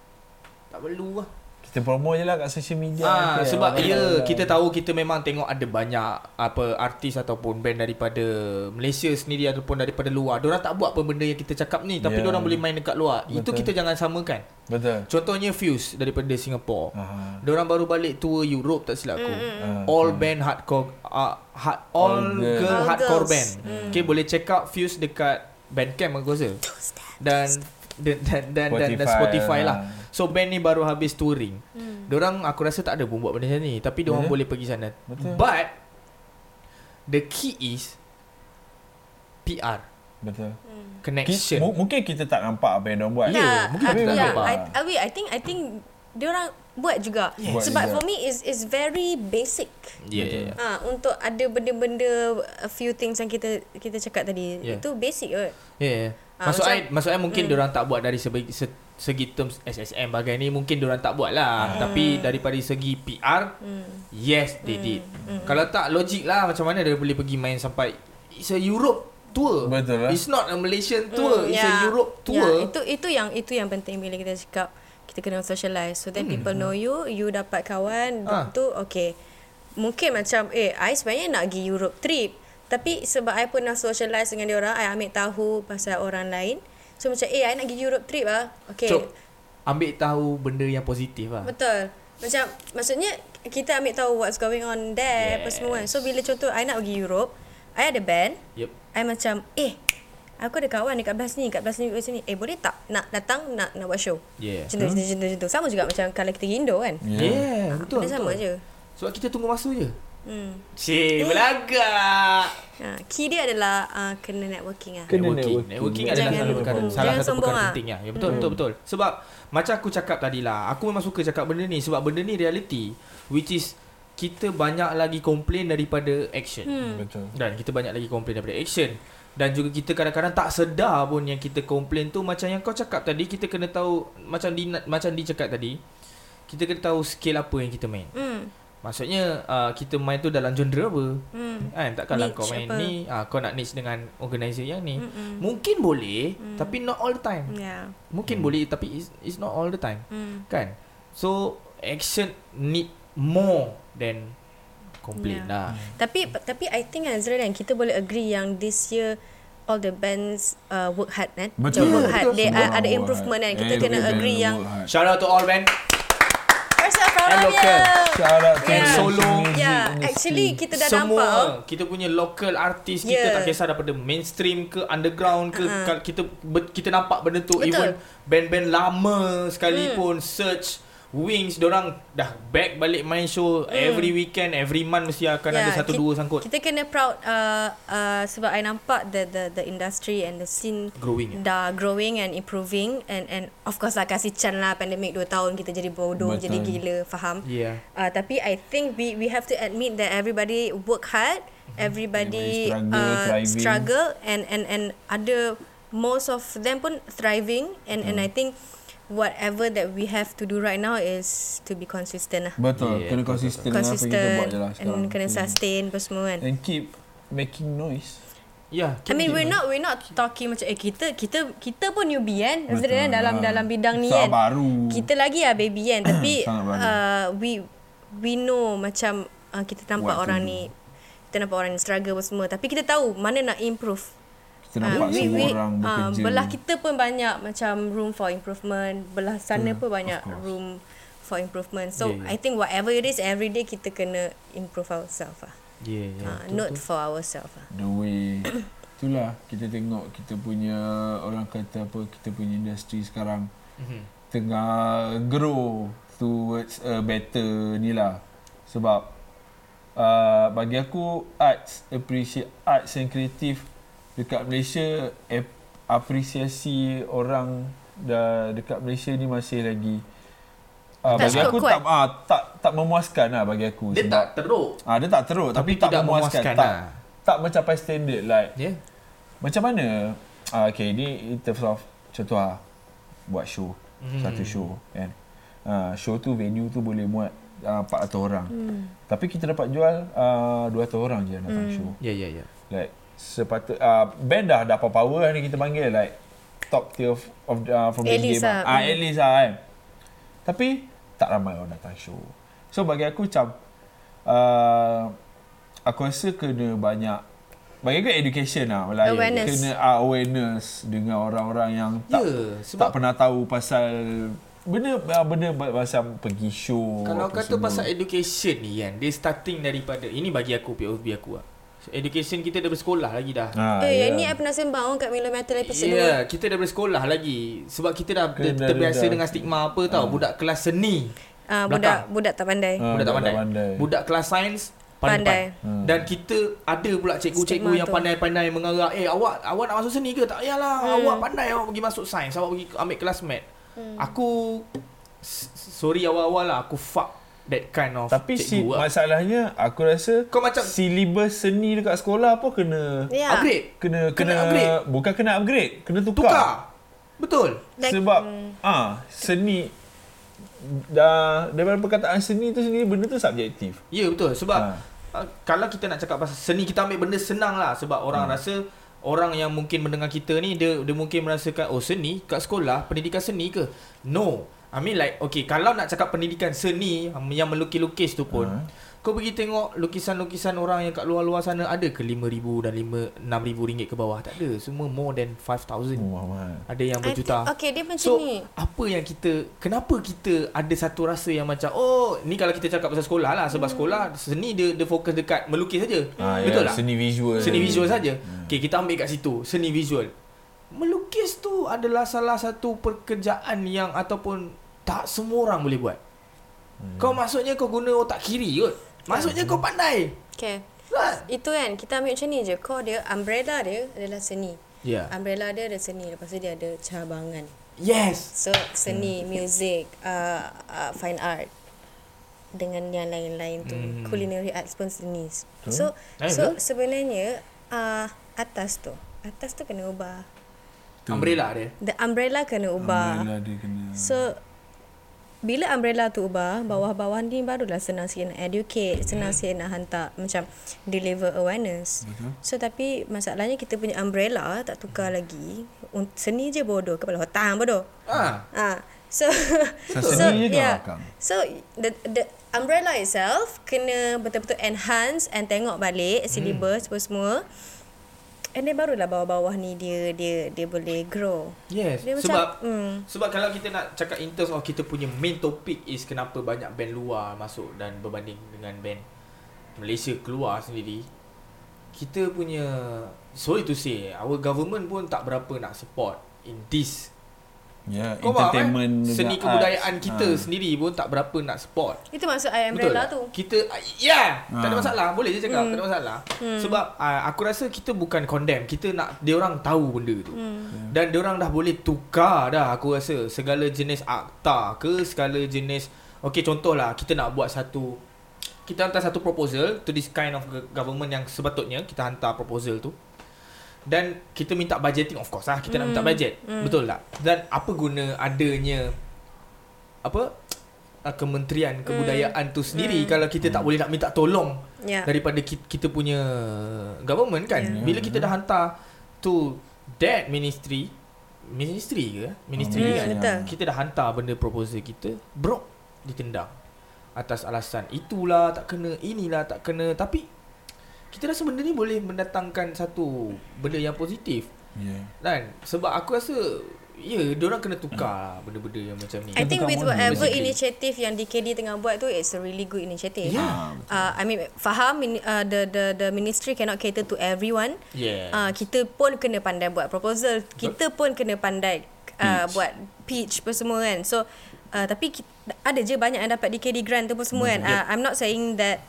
S1: Tak perlu lah
S3: kita promo je lah kat social media.
S1: Ah,
S3: nanti
S1: sebab
S3: orang
S1: ya
S3: tahu lah.
S1: kita tahu kita memang tengok ada banyak apa artis ataupun band daripada Malaysia sendiri ataupun daripada luar. Diorang tak buat apa benda yang kita cakap ni tapi
S3: Ya.
S1: diorang boleh main dekat luar. Itu
S3: Betul.
S1: kita jangan samakan.
S3: Betul.
S1: Contohnya Fuse daripada Singapore.
S3: Aha.
S1: Diorang baru balik tour Europe tak silap aku.
S3: Ah,
S1: All
S3: betul.
S1: band hardcore uh, hard, all,
S3: All
S1: girl,
S3: girl.
S2: All
S1: hardcore
S2: girls. Mm.
S1: band. Okay boleh check out Fuse dekat Bandcamp aku rasa. Dan dan dan dan, dan, dan Spotify lah.
S3: ah.
S1: So band ni baru habis touring. Hmm. Diorang aku rasa tak ada pun buat benda macam ni, tapi diorang
S3: Ya.
S1: boleh pergi sana.
S3: Betul.
S1: But the key is PR,
S3: Betul. Ki-
S1: connection.
S3: mu- mungkin kita tak nampak apa yang diorang buat. Ya,
S1: Ya, Yeah. mungkin
S2: I,
S1: kita tak
S2: yeah,
S1: nampak.
S2: I, I, wait, I think I think diorang buat juga.
S3: Yes. Buat
S2: Sebab
S3: juga.
S2: for me is is very basic.
S1: Ya, ya, ya.
S2: Ha, untuk ada benda-benda a few things yang kita kita cakap tadi.
S1: Yeah.
S2: Yeah. Itu basic kot.
S1: Ya, ya.
S2: Ah,
S1: Maksud
S2: macam-
S1: I maksud I mungkin diorang tak buat dari segi se, segi terms SSM bagai ni mungkin diorang tak buat
S2: Hmm.
S1: lah. Tapi daripada segi PR, yes
S2: Hmm.
S1: they did. Kalau tak logik lah macam mana dia boleh pergi main sampai it's a Europe tour.
S3: Betul lah.
S1: It's not a Malaysian tour,
S2: Mm,
S1: it's a Europe tour.
S2: Yeah, itu itu yang itu yang penting bila kita cakap kita kena socialize. So then people know you, you dapat
S1: Hmm.
S2: kawan,
S1: Ah.
S2: ha. tu okay. Mungkin macam eh I sebenarnya nak pergi Europe trip, tapi sebab I pernah socialize dengan dia orang, I ambil tahu pasal orang lain. So macam eh I nak pergi Europe trip ah. Okay.
S1: Cok, ambil tahu benda yang positif lah.
S2: Betul. Macam maksudnya kita ambil tahu what's going on there yes. apa semua kan. So bila contoh I nak pergi Europe, I ada band,
S1: Yep.
S2: I macam eh aku ada kawan dekat belas ni, kat belas ni, kat sini. Eh boleh tak nak datang nak nak buat show?
S1: Yeah. Hmm?
S2: Macam tu, macam tu, macam tu, macam tu. Sama juga macam kalau kita pergi Indo kan.
S3: Ya.
S1: Yeah, yeah betul.
S2: Dia sama
S1: betul.
S2: je.
S1: Sebab kita tunggu masa je.
S2: Hmm.
S1: Cik, belagak.
S2: Ha, key dia adalah uh, kena networking ah.
S3: Kena
S1: networking. Networking
S3: networking. Jangan
S1: adalah satu
S2: lupa.
S1: perkara,
S2: Hmm.
S1: salah
S2: Jangan
S1: satu
S2: sombong
S1: perkara
S2: ah.
S1: penting ya. Ya, betul, betul, betul. Sebab macam aku cakap tadi lah, aku memang suka cakap benda ni sebab benda ni reality which is kita banyak lagi komplain daripada action.
S2: Hmm.
S3: Betul.
S1: Dan kita banyak lagi komplain daripada action Dan juga kita kadang-kadang tak sedar pun yang kita komplain tu Macam yang kau cakap tadi Kita kena tahu Macam di, macam di cakap tadi Kita kena tahu skill apa yang kita main
S2: Hmm.
S1: Maksudnya uh, kita main tu dalam genre apa
S2: Hmm.
S1: Kan takkanlah
S2: Niche
S1: kau main
S2: apa?
S1: ni uh, Kau nak niche dengan organizer yang ni
S2: Mm-mm.
S1: Mungkin boleh
S2: Hmm.
S1: Tapi not all the time
S2: Yeah.
S1: Mungkin boleh tapi it's, it's not all the time
S2: Hmm.
S1: Kan So action need more than complain
S2: Ya.
S1: lah
S2: Tapi tapi I think Azra dan kita boleh agree yang this year all the bands uh, work hard kan.
S3: Betul.
S2: Macam work
S3: Yeah,
S2: hard.
S3: betul.
S2: They
S3: Semua
S2: are,
S3: orang
S2: ada
S3: work
S2: improvement kan.
S3: hard.
S2: Kita
S3: Every
S2: kena
S3: band
S2: agree
S3: work
S2: yang
S3: hard.
S1: Shout out to all band
S2: First of all,
S1: And local.
S3: Shout out to
S2: Yeah.
S3: Malaysian
S1: Solo.
S3: music
S2: Yeah,
S3: industry.
S2: Ya, actually kita dah
S1: Semua
S2: nampak oh. Ya.
S1: kita punya local artis yeah. kita
S2: Yeah.
S1: tak kisah daripada mainstream ke underground ke
S2: Uh-uh.
S1: uh-huh. kita ber- kita nampak benda tu
S2: Betul. Hmm.
S1: even band-band lama sekalipun search Wings orang dah back balik main show every weekend every month mesti akan
S2: Yeah,
S1: ada satu
S2: Hmm. Ya, ki-
S1: dua sangkut
S2: Kita kena proud uh, uh, sebab I nampak the the the industry and the scene
S1: growing.
S2: dah growing and improving and and of course lah kasih chance lah pandemic 2 tahun kita jadi bodoh
S3: Betul.
S2: jadi gila faham
S1: Yeah.
S2: Uh, tapi I think we we have to admit that everybody work hard, everybody
S3: Mm-hmm. Everybody struggle,
S2: uh,
S3: thriving.
S2: struggle and and and ada most of them pun thriving and
S3: Mm.
S2: and I think whatever that we have to do right now is to be consistent lah.
S3: Betul.
S1: Yeah,
S3: Kena
S1: betul,
S3: konsisten dengan apa yang kita buat
S2: Consistent
S3: je lah sekarang.
S2: and kena sustain apa semua kan.
S3: And keep making noise.
S1: Yeah.
S2: I mean
S1: Ya,
S2: we're
S1: keep-
S2: not we're not talking macam eh kita kita kita pun newbie kan
S3: Betul,
S2: sebenarnya dalam
S3: ah.
S2: dalam bidang ni kan.
S3: Sangat baru.
S2: Kita lagi lah baby kan tapi
S3: Sangat baru.
S2: uh, we we know macam uh, kita nampak
S3: What to
S2: orang
S3: do.
S2: ni kita nampak orang ni struggle apa semua tapi kita tahu mana nak improve.
S3: Kita nampak
S2: Ah, we-
S3: semua
S2: we-
S3: orang
S2: ah,
S3: bekerja.
S2: belah kita pun banyak macam room for improvement, belah sana
S3: Betul,
S2: pun banyak
S3: of course.
S2: room for improvement. So
S1: Yeah, yeah.
S2: I think whatever it is every day kita kena improve ourselves lah.
S1: Yeah, yeah.
S2: Yeah, uh,
S1: betul,
S2: note
S1: betul.
S2: for ourselves lah.
S3: The way Itulah kita tengok kita punya orang kata apa kita punya industri sekarang
S1: Mhm.
S3: tengah grow towards a better ni lah sebab uh, bagi aku arts appreciate arts and creative dekat Malaysia ap- apresiasi orang dah dekat Malaysia ni masih lagi Ah,
S2: Tak
S3: bagi
S2: cukup
S3: aku
S2: kuat.
S3: tak, ah, tak tak memuaskan lah bagi aku
S1: Dia tak teruk.
S3: ah, dia tak teruk
S1: Tapi
S3: tapi, tak
S1: tidak
S3: memuaskan,
S1: memuaskan
S3: tak,
S1: lah.
S3: tak mencapai standard like
S1: Ya. Yeah.
S3: macam mana ah, okay ni in terms of contoh lah buat show
S1: Mhm.
S3: mm. satu
S2: Hmm.
S3: show kan ah, show tu venue tu boleh muat ah, 400 orang
S2: Hmm.
S3: mm. tapi kita dapat jual ah, 200 orang je yang datang
S2: Hmm.
S3: mm. show
S1: Ya, ya, ya.
S3: like sepatut ah, band dah dah power power ni kita panggil like top tier of, of ah, from
S2: At
S3: the
S2: least
S3: game
S2: lah.
S3: ah, at least lah kan tapi tak ramai orang datang show so bagi aku macam ah, aku rasa kena banyak bagi aku education lah Melayu.
S2: Awareness.
S3: kena ah, awareness dengan orang-orang yang
S1: Ya,
S3: tak sebab tak
S1: sebab
S3: pernah tahu pasal benda ah, benda ba- macam pergi show
S1: Kalau
S3: apa
S1: kata
S3: semua.
S1: pasal education ni kan Dia starting daripada Ini bagi aku POV aku lah So, Education kita daripada sekolah lagi dah
S3: ah,
S2: eh, yang
S3: ya.
S2: ni I pernah sembang orang kat Milo Metal
S1: Ya,
S2: episode
S1: yeah,
S2: yeah.
S1: kita daripada sekolah lagi Sebab kita dah
S3: Kena
S1: ter- terbiasa
S3: dah- Hmm.
S1: dengan stigma apa tau Budak kelas seni
S2: 2. Ah,
S1: Belakang.
S2: budak budak tak pandai.
S3: Ah,
S1: Budak tak pandai. Budak kelas sains
S2: Pandai.
S1: pandai.
S3: Hmm.
S1: Dan kita ada pula cikgu-cikgu
S2: Stigma
S1: yang
S2: tu.
S1: pandai-pandai mengarah, "Eh, awak awak nak masuk seni ke? Tak payahlah. Hmm. Awak pandai awak pergi masuk sains, awak pergi ambil kelas mat." Hmm. Aku s- sorry awal-awal lah aku fuck that kind of
S3: Tapi si,
S1: cikgu. lah.
S3: masalahnya aku rasa
S1: Kau macam-
S3: silibus seni dekat sekolah pun kena
S2: Ya.
S1: Upgrade. Kena
S3: kena kena,
S1: upgrade.
S3: bukan kena upgrade, kena tukar.
S1: Tukar. Betul.
S2: Like, hmm.
S3: Sebab ah seni dah daripada perkataan seni tu sendiri benda tu subjektif.
S1: Ya yeah, betul sebab
S3: Ha.
S1: ha. kalau kita nak cakap pasal seni kita ambil benda senang lah sebab orang hmm. rasa orang yang mungkin mendengar kita ni dia dia mungkin merasakan oh seni kat sekolah pendidikan seni ke? No. I mean like okay kalau nak cakap pendidikan seni um, yang melukis-lukis tu pun
S3: Ha.
S1: kau pergi tengok lukisan-lukisan orang yang kat luar-luar sana ada ke 5000 dan 5 6000 ringgit ke bawah? Tak ada. Semua more than 5000.
S3: Oh, Muhammad.
S1: Ada yang
S2: I
S1: berjuta.
S2: think- okay, dia macam
S1: so,
S2: ni.
S1: apa yang kita kenapa kita ada satu rasa yang macam oh, ni kalau kita cakap pasal sekolah lah sebab hmm. sekolah seni dia dia fokus dekat melukis saja.
S3: Ah,
S1: Betul
S3: ya,
S1: tak? Seni,
S3: Seni visual.
S1: seni visual saja. Hmm. Okay, kita ambil kat situ, seni visual. Melukis tu adalah salah satu pekerjaan yang ataupun tak semua orang boleh buat. Hmm. Kau maksudnya kau guna otak kiri kot. Maksudnya kau pandai.
S2: okay.
S1: Right?
S2: Itu kan kita ambil macam ni je. Core dia umbrella dia adalah seni.
S1: Ya. Yeah.
S2: Umbrella dia ada seni, lepas tu dia ada cabangan.
S1: Yes.
S2: So seni,
S3: Hmm.
S2: music, uh, uh, fine art dengan yang lain-lain tu.
S1: Hmm.
S2: Culinary arts pun seni. So
S3: Eh,
S1: Lain
S2: so
S1: ke?
S2: sebenarnya uh, atas tu. Atas tu kena ubah.
S1: Umbrella dia.
S2: The umbrella kena ubah.
S3: Umbrella dia kena.
S2: So bila umbrella tu ubah, bawah-bawah ni barulah senang sikit nak educate, senang sikit nak hantar macam deliver awareness.
S3: Betul.
S2: So tapi masalahnya kita punya umbrella tak tukar lagi. Un- Seni je bodoh, kepala otak bodoh.
S1: Ah.
S2: Ah, so
S3: Seni je kau akang.
S2: So the the umbrella itself kena betul-betul enhance and tengok balik syllabus apa semua. And then barulah bawah-bawah ni dia dia dia boleh grow.
S1: Yes.
S2: Dia macam,
S1: sebab
S2: mm.
S1: Sebab kalau kita nak cakap in terms of kita punya main topic is kenapa banyak band luar masuk dan berbanding dengan band Malaysia keluar sendiri. Kita punya sorry to say our government pun tak berapa nak support in this.
S3: Ya,
S1: Kau faham kan?
S3: entertainment dengan
S1: Seni
S3: arts.
S1: kebudayaan kita
S3: Ah.
S1: sendiri pun tak berapa nak support.
S2: Itu maksud I umbrella
S1: tak?
S2: tu. Hmm.
S1: Kita ya, yeah, tak ada
S3: Ah.
S1: masalah. Boleh je cakap, tak ada masalah. Sebab uh, aku rasa kita bukan condemn, kita nak dia orang tahu benda tu.
S2: Hmm.
S1: Dan dia orang dah boleh tukar dah aku rasa segala jenis akta ke segala jenis Okey contohlah kita nak buat satu kita hantar satu proposal to this kind of go- government yang sepatutnya kita hantar proposal tu dan kita minta budgeting of course lah kita mm. nak minta budget mm. betul tak dan apa guna adanya apa uh, kementerian kebudayaan mm. tu sendiri mm. kalau kita mm. tak boleh nak minta tolong
S2: Ya.
S1: daripada kita, kita punya government kan yeah. bila kita dah hantar to that ministry ministry ke ministry kan
S3: Ah,
S2: ministry, Ya, betul.
S1: kita dah hantar benda proposal kita bro ditendang atas alasan itulah tak kena inilah tak kena tapi kita rasa benda ni boleh mendatangkan satu benda yang positif
S3: Ya.
S1: kan sebab aku rasa ya yeah, orang kena tukar lah benda-benda yang macam ni
S2: I think
S3: bukan
S2: with
S3: model,
S2: whatever
S1: basically.
S2: initiative yang DKD tengah buat tu it's a really good initiative.
S1: Yeah.
S3: Ah,
S2: Uh, I mean faham min- uh, the the the ministry cannot cater to everyone.
S1: yeah
S2: Uh, kita pun kena pandai buat proposal. Kita pun kena pandai uh,
S3: Pitch.
S2: buat pitch apa semua kan. So uh, tapi kita, ada je banyak yang dapat DKD grant tu apa semua kan. Uh, I'm not saying that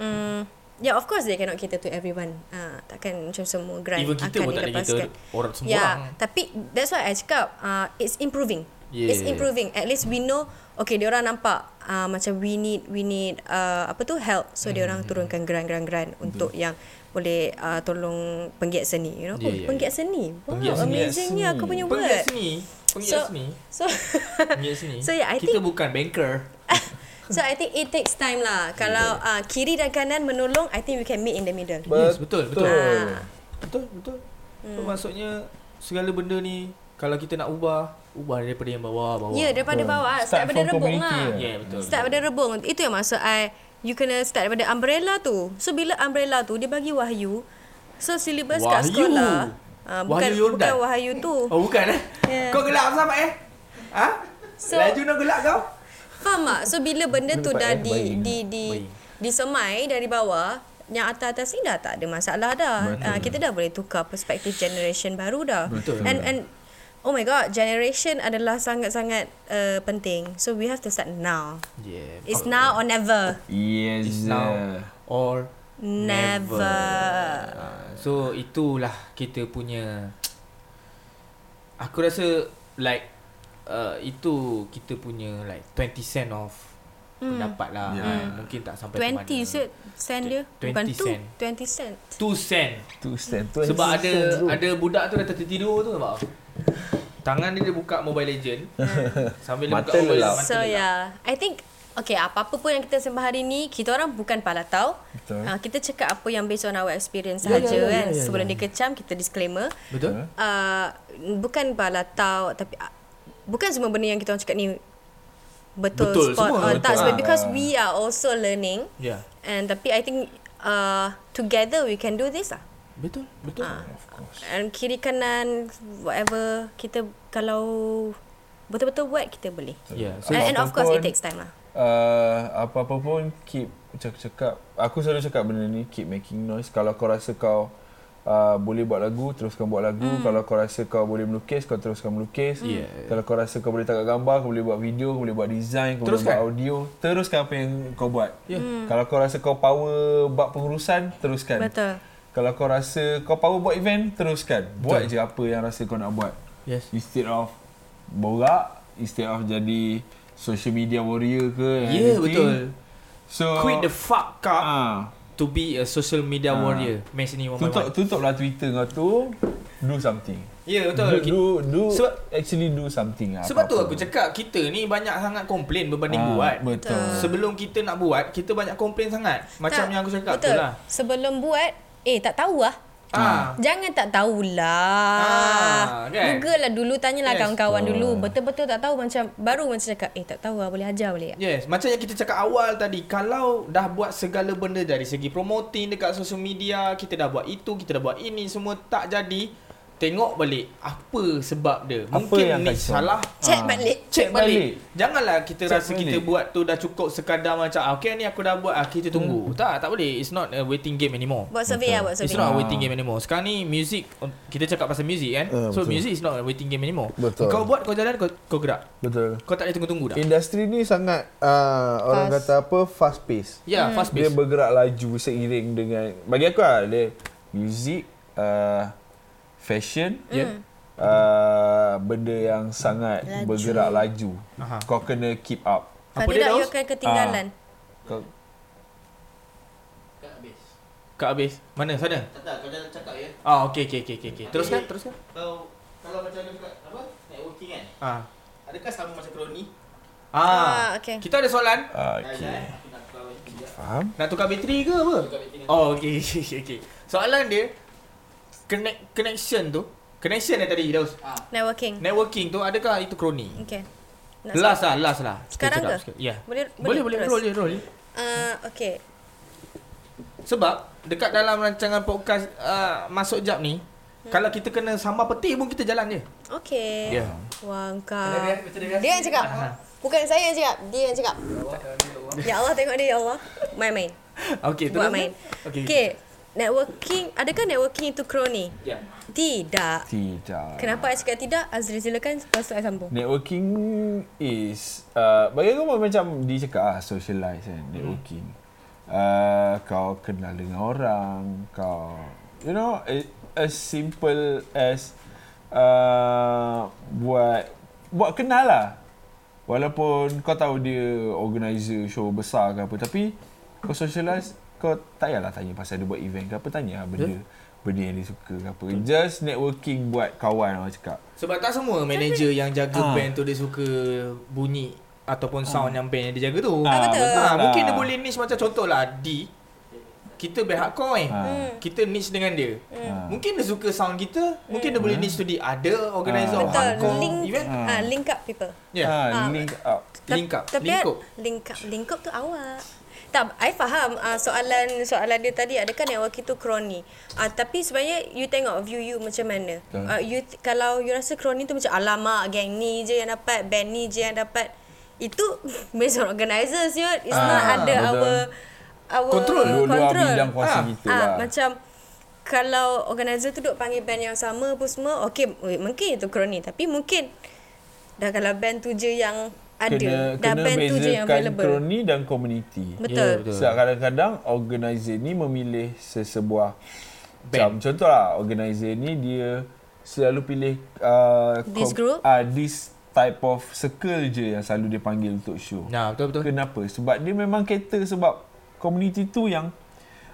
S2: um, yeah of course they cannot cater to everyone. Uh, takkan macam semua grant
S1: Even kita
S2: akan
S1: pun tak ada
S2: dilepaskan. Ya.
S1: lah. cater orang- semua
S2: yeah,
S1: orang.
S2: Tapi that's why I cakap uh, it's improving. yeah. it's improving at least we know okay dia orang nampak uh, macam we need we need uh, apa tu help so mm.
S1: Hmm.
S2: dia orang turunkan geran-geran-geran untuk yang boleh uh, tolong penggiat seni you know
S1: Yeah,
S2: yeah, oh,
S1: yeah,
S2: penggiat seni wow
S1: Penggiat seni.
S2: amazingnya aku punya
S1: Penggiat
S2: word
S1: seni Penggiat
S2: So-
S1: seni
S2: so
S1: Penggiat seni
S2: So, yeah, I
S1: Kita
S2: think-
S1: bukan banker
S2: so i think it takes time lah kalau uh, kiri dan kanan menolong i think we can meet in the middle
S1: Yes betul Betul
S2: Ah.
S1: Betul Betul
S2: Hmm.
S1: So maksudnya Segala benda ni Kalau kita nak ubah Ubah daripada yang bawah bawah. Ya,
S2: Ya, yeah, daripada bawah. Start,
S3: Start
S2: daripada
S3: from
S2: rebung
S3: community
S2: lah.
S3: lah.
S1: Yeah, betul.
S2: Start daripada rebung. Itu yang maksud I. You kena start daripada umbrella tu. So, bila umbrella tu, dia bagi wahyu. So, syllabus kat
S1: Wahyu.
S2: sekolah. Uh, bukan,
S1: Wahyu Yordan.
S2: bukan wahyu tu.
S1: Oh bukan eh
S2: Yeah.
S1: Kau gelap sama eh Ha?
S2: So-
S1: Laju nak gelap kau
S2: Faham tak? So, bila benda tu
S3: Nampak,
S2: dah
S3: eh?
S2: di,
S3: Baik.
S2: di, di,
S1: Baik.
S2: disemai dari bawah, yang atas-atas ni dah tak ada masalah dah.
S3: Betul.
S2: Uh, kita dah boleh tukar perspektif generation baru dah.
S1: Betul.
S2: And and oh my god, generation adalah sangat-sangat uh, penting. So we have to start now.
S1: Yeah
S2: It's now or never.
S3: Yes.
S1: It's now Or
S2: Never.
S3: Uh,
S1: Ah, So itulah kita punya Aku rasa like uh, itu kita punya like 20 cent of hmm. pendapat lah.
S3: Ya.
S1: Yeah. Mungkin tak sampai ke mana.
S2: 20 set sen dia bukan
S1: 20
S2: tu
S1: sen.
S2: 20 sen
S1: 2 sen.
S3: Two stand. Two
S1: Sebab ada ada budak tu dah tertidur tu nampak. Tangan dia dia buka Mobile Legend sambil dia
S3: Mata
S1: buka Mobile
S3: lelap.
S1: Legend, mata
S2: so ya.
S1: lelap.
S2: yeah i think Okay, apa-apa pun yang kita sembah hari ni, kita orang bukan palatau.
S3: Betul.
S2: Uh, kita cakap apa yang based on our experience
S1: Ya,
S2: saja
S1: ya, ya,
S2: kan.
S1: ya, ya,
S2: Sebelum
S1: ya.
S2: dikecam, kita disclaimer.
S1: Betul?
S2: Uh, bukan palatau, tapi uh, bukan semua benda yang kita orang cakap ni betul,
S1: Betul
S2: spot
S1: semua,
S2: on
S1: betul.
S2: tak. Sebab
S3: Ah.
S2: because we are also learning.
S1: Ya. Yeah.
S2: And tapi I think uh, together we can do this lah.
S1: Betul, betul.
S2: Ah.
S3: Of course.
S2: And kiri kanan whatever kita kalau betul-betul buat kita boleh.
S1: Ya, yeah. so
S2: So, and, and of course it
S3: Apapun-
S2: takes time lah.
S3: uh, apa-apa pun keep cakap cakap aku selalu cakap benda ni keep making noise kalau kau rasa kau uh, boleh buat lagu teruskan buat lagu mm. kalau kau rasa kau boleh melukis kau teruskan melukis
S1: Hmm. Yeah.
S3: kalau kau rasa kau boleh tangkap gambar kau boleh buat video kau boleh buat design kau
S1: Teruskan.
S3: boleh buat audio teruskan apa yang kau buat yeah.
S1: Hmm.
S3: mm. kalau kau rasa kau power buat pengurusan teruskan
S1: kan?
S2: Betul.
S3: kalau kau rasa kau power buat event teruskan buat
S1: Betul.
S3: je apa yang rasa kau nak buat
S1: yes.
S3: instead of borak instead of jadi social media warrior
S1: Ya,
S3: ke and
S1: yeah,
S3: anything.
S1: betul.
S3: so
S1: Quit the fuck up.
S3: ah
S1: to be a social media
S3: Ah.
S1: warrior. Match ni one by
S3: tutup
S1: one.
S3: tutuplah Twitter kau tu do something
S1: Ya yeah,
S3: do
S1: betul.
S3: do, do
S1: Sebab-
S3: actually do something lah,
S1: Sebab tu
S3: apa-apa.
S1: aku cakap kita ni banyak sangat komplain berbanding
S3: Ah,
S1: buat.
S3: betul
S1: Sebelum kita nak buat, kita banyak komplain sangat. Macam
S2: Tak,
S1: yang aku cakap
S2: betul.
S1: tu lah.
S2: Sebelum buat, eh tak tahu lah.
S1: Ah.
S2: Jangan tak tahulah.
S1: Ah, kan?
S2: Google lah dulu, tanyalah
S1: Yes.
S2: kawan-kawan dulu.
S3: Ah.
S2: Betul-betul tak tahu macam baru macam cakap, eh tak tahu lah boleh ajar boleh. tak?
S1: Yes, macam yang kita cakap awal tadi, kalau dah buat segala benda dari segi promoting dekat social media, kita dah buat itu, kita dah buat ini, semua tak jadi, tengok balik apa sebab dia.
S3: Apa yang
S1: Mungkin ni
S3: kacau?
S1: salah,
S2: Check
S3: Ah.
S2: balik.
S1: Check balik.
S3: balik.
S1: Janganlah kita
S3: Check
S1: Check rasa balik. kita
S3: balik.
S1: buat tu dah cukup sekadar macam ah, okay ni aku dah buat ah, kita tunggu. Hmm. Tak, tak boleh. It's not a waiting game anymore.
S2: Buat survey lah, buat
S1: It's
S2: survey.
S1: not a
S3: Ah.
S1: waiting game anymore. Sekarang ni music on- kita cakap pasal music kan.
S3: Ah,
S1: so
S3: betul.
S1: music is not a waiting game anymore.
S5: Betul.
S1: Kau buat kau jalan kau, kau gerak.
S5: Betul.
S1: Kau tak boleh tunggu-tunggu dah.
S5: Industri ni sangat
S3: ah,
S5: uh, orang
S2: Fast.
S5: kata apa fast pace.
S1: Ya, yeah, fast pace.
S3: dia bergerak laju seiring dengan bagi aku lah dia music uh, fashion
S1: Yeah.
S3: uh, benda yang sangat
S2: Laju.
S3: laju. bergerak laju
S1: Aha.
S3: kau kena keep up
S2: Kalau
S1: Apa dia
S2: tidak, you
S1: Daus? Ah.
S2: akan ketinggalan.
S3: kau
S6: Kat habis.
S1: Kak habis. Mana sana?
S6: Tak tak, kau jangan cakap ya.
S1: Ah, okey okey okey okey okey. Teruskan, teruskan.
S6: Kau kalau macam ada dekat apa? Networking kan.
S1: Ah.
S6: Adakah sama macam kroni?
S1: Ah,
S2: Ah, okey.
S1: Kita ada soalan.
S3: Ah, okay.
S6: Dah, dah. Aku nak eh. keluar balik sekejap.
S3: faham
S1: Nak tukar bateri ke apa?
S6: Tukar bateri.
S1: Oh, okey okey okey, okey. Soalan dia connect, connection tu. Connection dah tadi Daus.
S6: Ah,
S2: Networking.
S1: Networking tu adakah itu kroni?
S2: Okay. Nak
S1: Last lah, last lah. Kita
S2: Sekarang
S1: cakap
S2: ke?
S1: sikit. Ya.
S2: Boleh-
S1: boleh,
S2: boleh
S1: boleh,
S2: terus?
S1: roll je, roll je.
S2: Uh, okay.
S1: Sebab dekat dalam rancangan podcast uh, masuk jap ni, hmm. kalau kita kena sama peti pun kita jalan je.
S2: Okay.
S1: Ya.
S2: Wah,
S6: Kena
S2: kau.
S6: react, betul react.
S2: Dia yang cakap. Bukan saya yang cakap. Dia yang cakap. Ya Allah, tengok dia, ya Allah. Main-main.
S1: Okey, terus.
S2: Buat main.
S1: Okey.
S2: Okay. Networking, adakah networking itu kroni?
S1: Ya.
S2: Tidak.
S3: tidak
S2: Kenapa saya cakap tidak? Azri silakan lepas tu saya sambung.
S3: networking is uh, bagi aku macam dia cakap ah socialize kan networking uh, kau kenal dengan orang kau you know it, as simple as uh, buat buat kenal lah. Walaupun kau tahu dia organizer show besar ke apa tapi kau socialize kau tak payahlah tanya pasal dia buat event ke apa tanya lah benda benda yang dia suka ke apa. Just networking buat kawan orang cakap.
S1: Sebab tak semua manager yang jaga
S3: Ah.
S1: band tu dia suka bunyi ataupun sound yang band yang dia jaga tu.
S2: Ah, betul.
S1: Ha, mungkin dia
S3: lah.
S1: boleh niche macam contohlah D. Kita band hardcore eh.
S3: Ah.
S2: Hmm.
S1: Kita niche dengan dia.
S3: Ah. Hmm.
S1: Mungkin dia suka sound kita, mungkin dia boleh niche tu di ada organizer
S3: Ah.
S1: of
S2: Betul.
S1: hardcore
S2: Link
S1: event.
S3: Ah.
S2: ah link up people.
S1: Yeah.
S3: Ha,
S2: Ah.
S3: link up.
S2: Ta-
S1: Link up.
S2: Tapi
S1: Link
S2: kan,
S1: up.
S2: link up. Link up tu awak. Tak, I faham uh, soalan soalan dia tadi kan adakah network itu kroni. Uh, tapi sebenarnya you tengok view you macam mana.
S3: Betul.
S2: Uh, you t- kalau you rasa kroni tu macam alamak gang ni je yang dapat, band ni je yang dapat. Itu based on organizer siut. It's not
S1: Ah,
S2: under
S3: betul.
S2: our our
S1: Control.
S3: Dua-dua
S2: Oh, control.
S3: bidang kuasa
S1: Ah.
S3: kita
S2: Ah,
S3: lah.
S2: Macam kalau organizer tu duk panggil band yang sama pun semua, okey weh, mungkin itu kroni tapi mungkin dah kalau band tu je yang ada, dah
S3: kena
S2: band tu je yang
S3: bezakan
S2: available.
S3: kroni dan community.
S1: Ya,
S2: Betul.
S1: betul.
S3: Sebab kadang-kadang organizer ni memilih sesebuah
S1: Band.
S3: band. Macam, contohlah organizer ni dia selalu pilih uh,
S2: This group?
S3: Uh, this type of circle je yang selalu dia panggil untuk show.
S1: Nah, betul betul.
S3: Kenapa? Sebab dia memang cater sebab community tu yang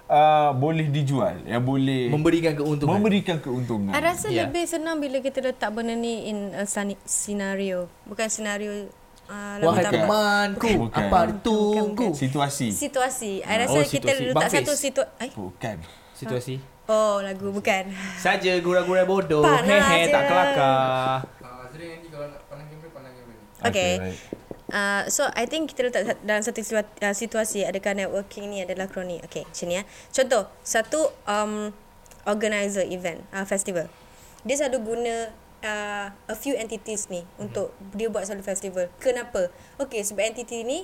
S3: uh, boleh dijual, yang boleh
S1: Memberikan keuntungan.
S3: memberikan keuntungan.
S2: I rasa
S1: Ya.
S2: yeah. lebih senang bila kita letak benda ni in a sani- scenario. Bukan scenario uh,
S1: Wahai
S3: Bukan.
S1: temanku,
S3: Bukan.
S1: apa ditunggu?
S3: Situasi.
S2: situasi. I rasa
S1: Oh,
S2: kita
S1: situasi.
S2: letak
S1: Bang
S2: satu
S1: Fiz.
S2: situ eh?
S3: Bukan.
S1: Situasi.
S2: Oh, lagu bukan.
S1: Saja gura-gura bodoh.
S2: Panas
S1: Hehe, tak
S2: je.
S1: kelakar.
S6: Azrin nanti kalau nak pandang kamera, pandang kamera.
S2: Okay.
S3: right.
S2: Uh, so I think kita letak sat- dalam satu situa- uh, situasi adakah networking ni adalah kroni. Okay, macam ni ya. Contoh, satu um, organizer event, uh, festival. Dia selalu guna uh, a few entities ni
S3: Mhm.
S2: untuk dia buat satu festival. Kenapa? Okay, sebab entity ni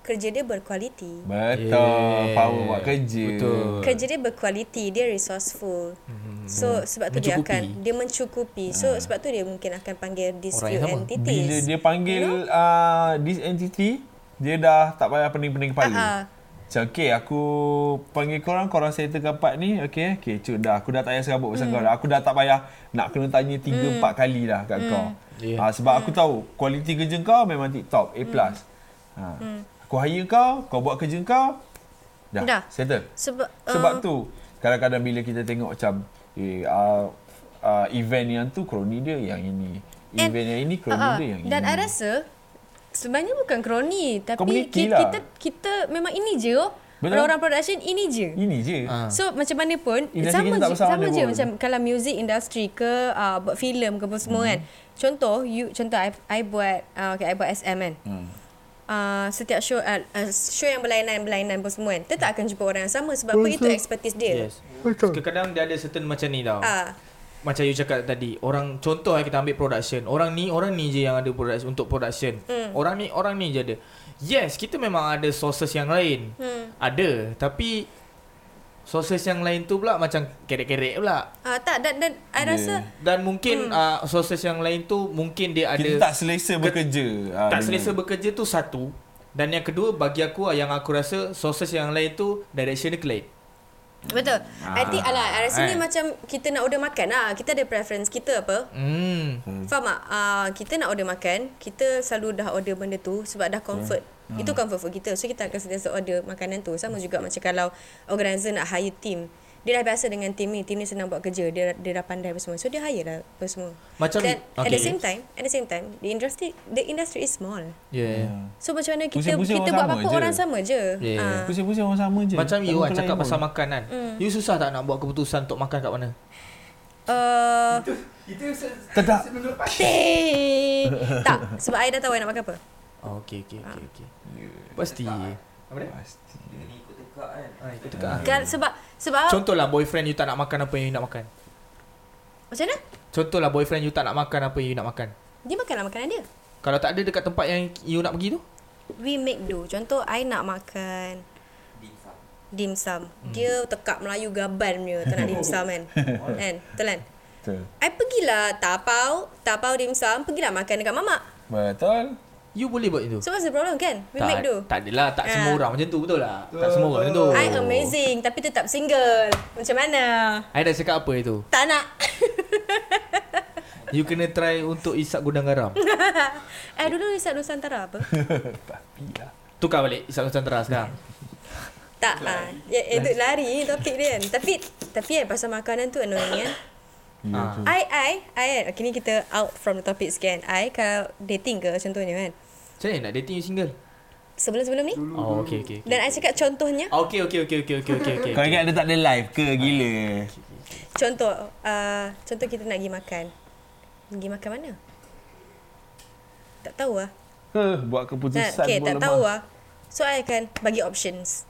S2: kerja dia berkualiti.
S3: Betul.
S1: Yeah.
S3: Power buat kerja.
S1: Betul.
S2: Kerja dia berkualiti, dia resourceful.
S3: Mhm.
S2: So sebab tu dia
S1: Mencukupi.
S2: akan dia mencukupi. So
S3: Ah.
S2: sebab tu dia mungkin akan panggil these
S1: Orang
S2: few
S1: yang sama.
S2: entities.
S3: Bila dia panggil you know? uh, this entity, dia dah tak payah pening-pening
S2: Ah,
S3: kepala.
S2: ah.
S3: Uh-huh. Macam, okay, aku panggil korang, korang settlekan part ni. Okay, okay, cun dah. Aku dah tak payah serabut pasal kau dah. Aku dah tak payah nak kena tanya 3-4 kali dah kat kau.
S1: Yeah.
S3: Ah, sebab aku tahu, kualiti kerja kau memang tip top. A+. Ha. Aku hire kau, kau buat kerja kau, dah,
S2: Dah.
S3: settle.
S2: sebab um,
S3: Sebab
S2: Ah.
S3: tu kadang-kadang bila kita tengok macam eh uh, uh, event yang tu kroni dia yang ini.
S2: And-
S3: Event yang ini kroni
S2: Ah,
S3: dia yang
S2: Dan I
S3: ini.
S2: rasa sebenarnya bukan kroni tapi
S3: Community
S2: kita,
S3: lah.
S2: kita kita memang ini je oh.
S3: Betul.
S2: Orang-orang production ini je.
S3: ini je.
S1: Ah.
S2: So macam mana pun
S3: Industri
S2: sama
S3: kita tak
S2: je,
S3: besar
S2: sama
S3: mana
S2: je
S3: pun.
S2: macam kalau music industry ke uh, buat filem ke apa semua
S3: Hmm.
S2: kan. Contoh you contoh I, I buat uh, okay I buat SM kan.
S3: Hmm.
S2: Uh, setiap show uh, uh, show yang berlainan-berlainan apa semua kan tetap akan jumpa orang yang sama sebab apa itu expertise dia.
S1: Yes.
S5: Betul.
S1: Kadang-kadang dia ada certain macam ni tau.
S2: Ah,
S1: Macam you cakap tadi, orang contoh eh, kita ambil production. Orang ni, orang ni je yang ada production untuk production. Mm. Orang ni, orang ni je ada. Yes, kita memang ada sources yang lain.
S2: Hmm.
S1: Mm. Ada, tapi sources yang lain tu pula macam kerek-kerek pula.
S2: ah tak dan dan I
S3: Dia-
S2: rasa
S1: Dan mungkin mm. uh, sources yang lain tu mungkin dia ada
S3: Kita tak selesa
S1: Ke-
S3: bekerja. ah,
S1: tak
S3: dengan-
S1: selesa bekerja tu satu dan yang kedua bagi aku ah, yang aku rasa sources yang lain tu direction dia lain.
S2: Betul.
S1: Ah.
S2: I think alah, I rasa ni
S1: Kan?
S2: macam kita nak order makan lah. Kita ada preference kita apa.
S1: Hmm.
S2: Faham tak? Uh, kita nak order makan, kita selalu dah order benda tu sebab dah comfort.
S1: Hmm.
S2: Itu comfort food kita. So kita akan sentiasa order makanan tu. Sama juga macam kalau organizer nak hire team. Dia dah biasa dengan team ni. Team ni senang buat kerja. Dia, dia dah pandai apa semua. So dia hire lah apa semua.
S1: Macam-
S2: Dan okay. at
S1: okay.
S2: the same time, at the same time, the industry the industry is small.
S1: Yeah.
S3: Hmm.
S2: So macam mana kita
S3: Pusing-pusing
S2: kita
S3: orang
S2: buat
S3: sama
S2: apa-apa
S3: je.
S2: orang sama je.
S1: Yeah.
S2: Ah.
S3: Pusing-pusing orang sama je.
S1: Macam
S3: Tak
S1: you ah
S3: mempelai
S1: cakap
S3: pun.
S1: pasal makan kan.
S2: Hmm.
S1: You susah tak nak buat keputusan untuk makan kat mana?
S2: Uh,
S3: Sedap.
S2: Teh. tak, sebab I dah tahu I nak makan apa.
S1: Oh, okay, okay, okay, okay. Pasti.
S2: Ah.
S1: Apa dia?
S3: Pasti.
S1: Ah, ikut tekak ah.
S2: Kan sebab sebab
S1: Contohlah boyfriend you tak nak makan apa yang you nak makan.
S2: macam mana?
S1: Contohlah boyfriend you tak nak makan apa yang you nak makan.
S2: Dia makanlah makanan dia.
S1: Kalau tak ada dekat tempat yang you nak pergi tu?
S2: We make do. Contoh I nak makan dim sum.
S1: Hmm.
S2: Dia tekak Melayu gaban punya tak nak dim sum kan. kan? Betul kan?
S3: Betul.
S2: I pergilah tapau, tapau dim sum, pergilah makan dekat mamak.
S3: Betul.
S1: You boleh buat itu.
S2: So what's the problem kan? We
S1: tak,
S2: make do.
S1: tak adalah tak semua
S2: Ah.
S1: orang macam tu betul lah. Tak semua orang macam tu.
S2: I amazing tapi tetap single. Macam mana?
S1: I dah cakap apa itu?
S2: Tak nak.
S1: You kena try untuk isap gudang garam.
S2: Eh dulu Isap Nusantara apa?
S3: lah,
S1: Tukar balik isap Nusantara sekarang.
S2: tak lah. Ya, eh, duk lari topik dia kan. Tapi tapi kan pasal makanan tu annoying kan.
S3: Ya,
S1: Ah.
S3: tu.
S2: I I I kan. Okay ni kita out from the topic sikit kan. I kalau dating ke contohnya kan.
S1: Macam mana nak dating you single?
S2: Sebelum-sebelum ni.
S1: Oh, okay, okay. okay.
S2: Dan I cakap contohnya.
S1: Ah, Okay, okay, okay, okay, okay, okay, okay.
S3: Kau ingat dia tak ada live ke gila?
S2: Contoh. Uh, contoh kita nak pergi makan. Pergi makan mana? Tak tahu lah.
S3: Huh, buat
S2: Tak,
S3: keputusan
S2: okay,
S3: pun
S2: tak
S3: lemah.
S2: tahu lah. So, I akan bagi options.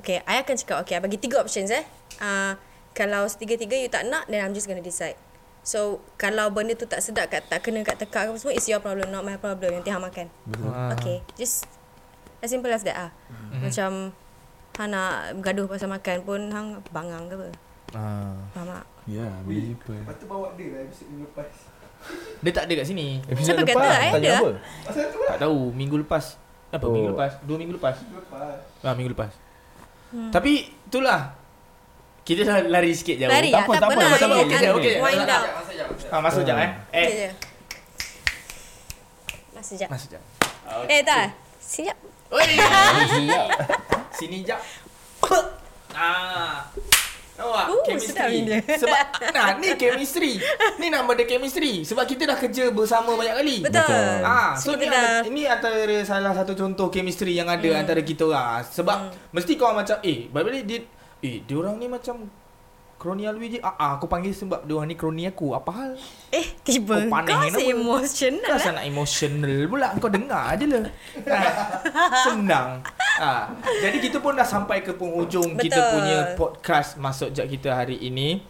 S2: Okay, I akan cakap, okay, I bagi tiga options eh. Uh, kalau tiga-tiga you tak nak, then I'm just gonna decide. So, kalau benda tu tak sedap, kat, tak kena kat tekak apa semua, it's your problem, not my problem. Nanti hang makan.
S1: Ah.
S2: Okay, just as simple as that ah. Mm-hmm. Macam, hang nak gaduh pasal makan pun, hang bangang ke apa.
S1: Ah.
S2: Faham tak?
S3: Ya, boleh jumpa.
S6: Lepas tu bawa dia lah episode minggu lepas.
S1: Dia tak ada kat sini.
S2: Siapa kata, eh?
S5: Tanya
S2: Ada
S5: apa?
S6: Pasal tu lah.
S1: Tak tahu, minggu lepas. Apa oh.
S5: Oh.
S1: minggu lepas? Dua minggu lepas.
S6: Minggu lepas.
S1: Ah, minggu lepas. Hmm. Tapi itulah. Kita dah lari sikit jauh.
S2: Lari
S3: Ya,
S2: lah,
S3: tak apa,
S2: tak
S3: tak
S2: apa
S3: apa,
S2: lah.
S3: tak apa,
S2: You
S1: okey,
S2: can
S1: sekejap, okey.
S2: Wind down.
S3: Eh.
S6: Sekejap, masa sekejap, masa sekejap.
S1: Ah, masuk jap eh. Eh,
S2: Okay, je. Masa sekejap.
S1: masuk jap.
S2: Eh, tak. Sekejap.
S1: Sini jap. ah. Nampak?
S2: Uh, sedap
S1: chemistry.
S2: ni dia.
S1: Sebab nah, ni chemistry. Ni nama dia chemistry. Sebab kita dah kerja bersama banyak kali.
S2: Betul. Betul.
S1: Ah, so
S2: kita
S1: ni,
S2: dah
S1: dah... ni antara salah satu contoh chemistry yang ada hmm. antara kita orang. Sebab hmm. mesti kau macam eh balik dia eh dia orang ni macam kroni Alwi je. Ah, ah, aku panggil sebab dia orang ni kroni aku. Apa hal?
S2: Eh,
S1: Oh,
S2: tiba oh,
S1: panas
S2: kau
S1: ni
S2: si
S1: kenapa?
S2: emotional
S1: Kenapa
S2: lah.
S1: nak emotional pula Kau dengar je lah Ah, Senang ha. Jadi kita pun dah sampai ke penghujung Betul. Kita
S2: Betul.
S1: punya podcast Masuk Jap kita hari ini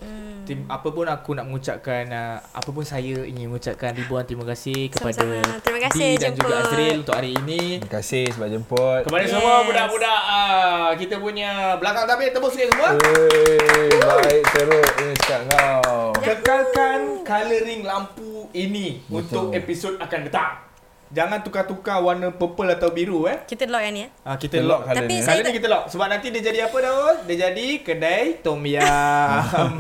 S1: Tim, apa pun aku nak mengucapkan uh, apa pun saya ingin mengucapkan ribuan terima kasih kepada
S2: Sama-sama. Terima kasih,
S1: Dee dan juga
S2: jemput.
S1: Azril untuk hari ini.
S3: Terima kasih sebab jemput.
S1: Kepada yes.
S2: Yes.
S1: semua budak-budak uh, kita punya belakang tabir tebus sikit semua.
S3: Wey, baik teruk ni cakap kau.
S1: Kekalkan colouring lampu ini
S3: Betul.
S1: untuk episod akan datang. Jangan tukar-tukar warna purple atau biru eh.
S2: Kita lock yang ni eh.
S1: Ah kita
S3: Kita lock
S1: lock.
S3: colour
S2: Tapi
S3: ni. eh.
S1: Kali
S2: Saya
S1: ni
S2: tak-
S1: kita lock sebab nanti dia jadi apa dah? Dia jadi kedai tom yam.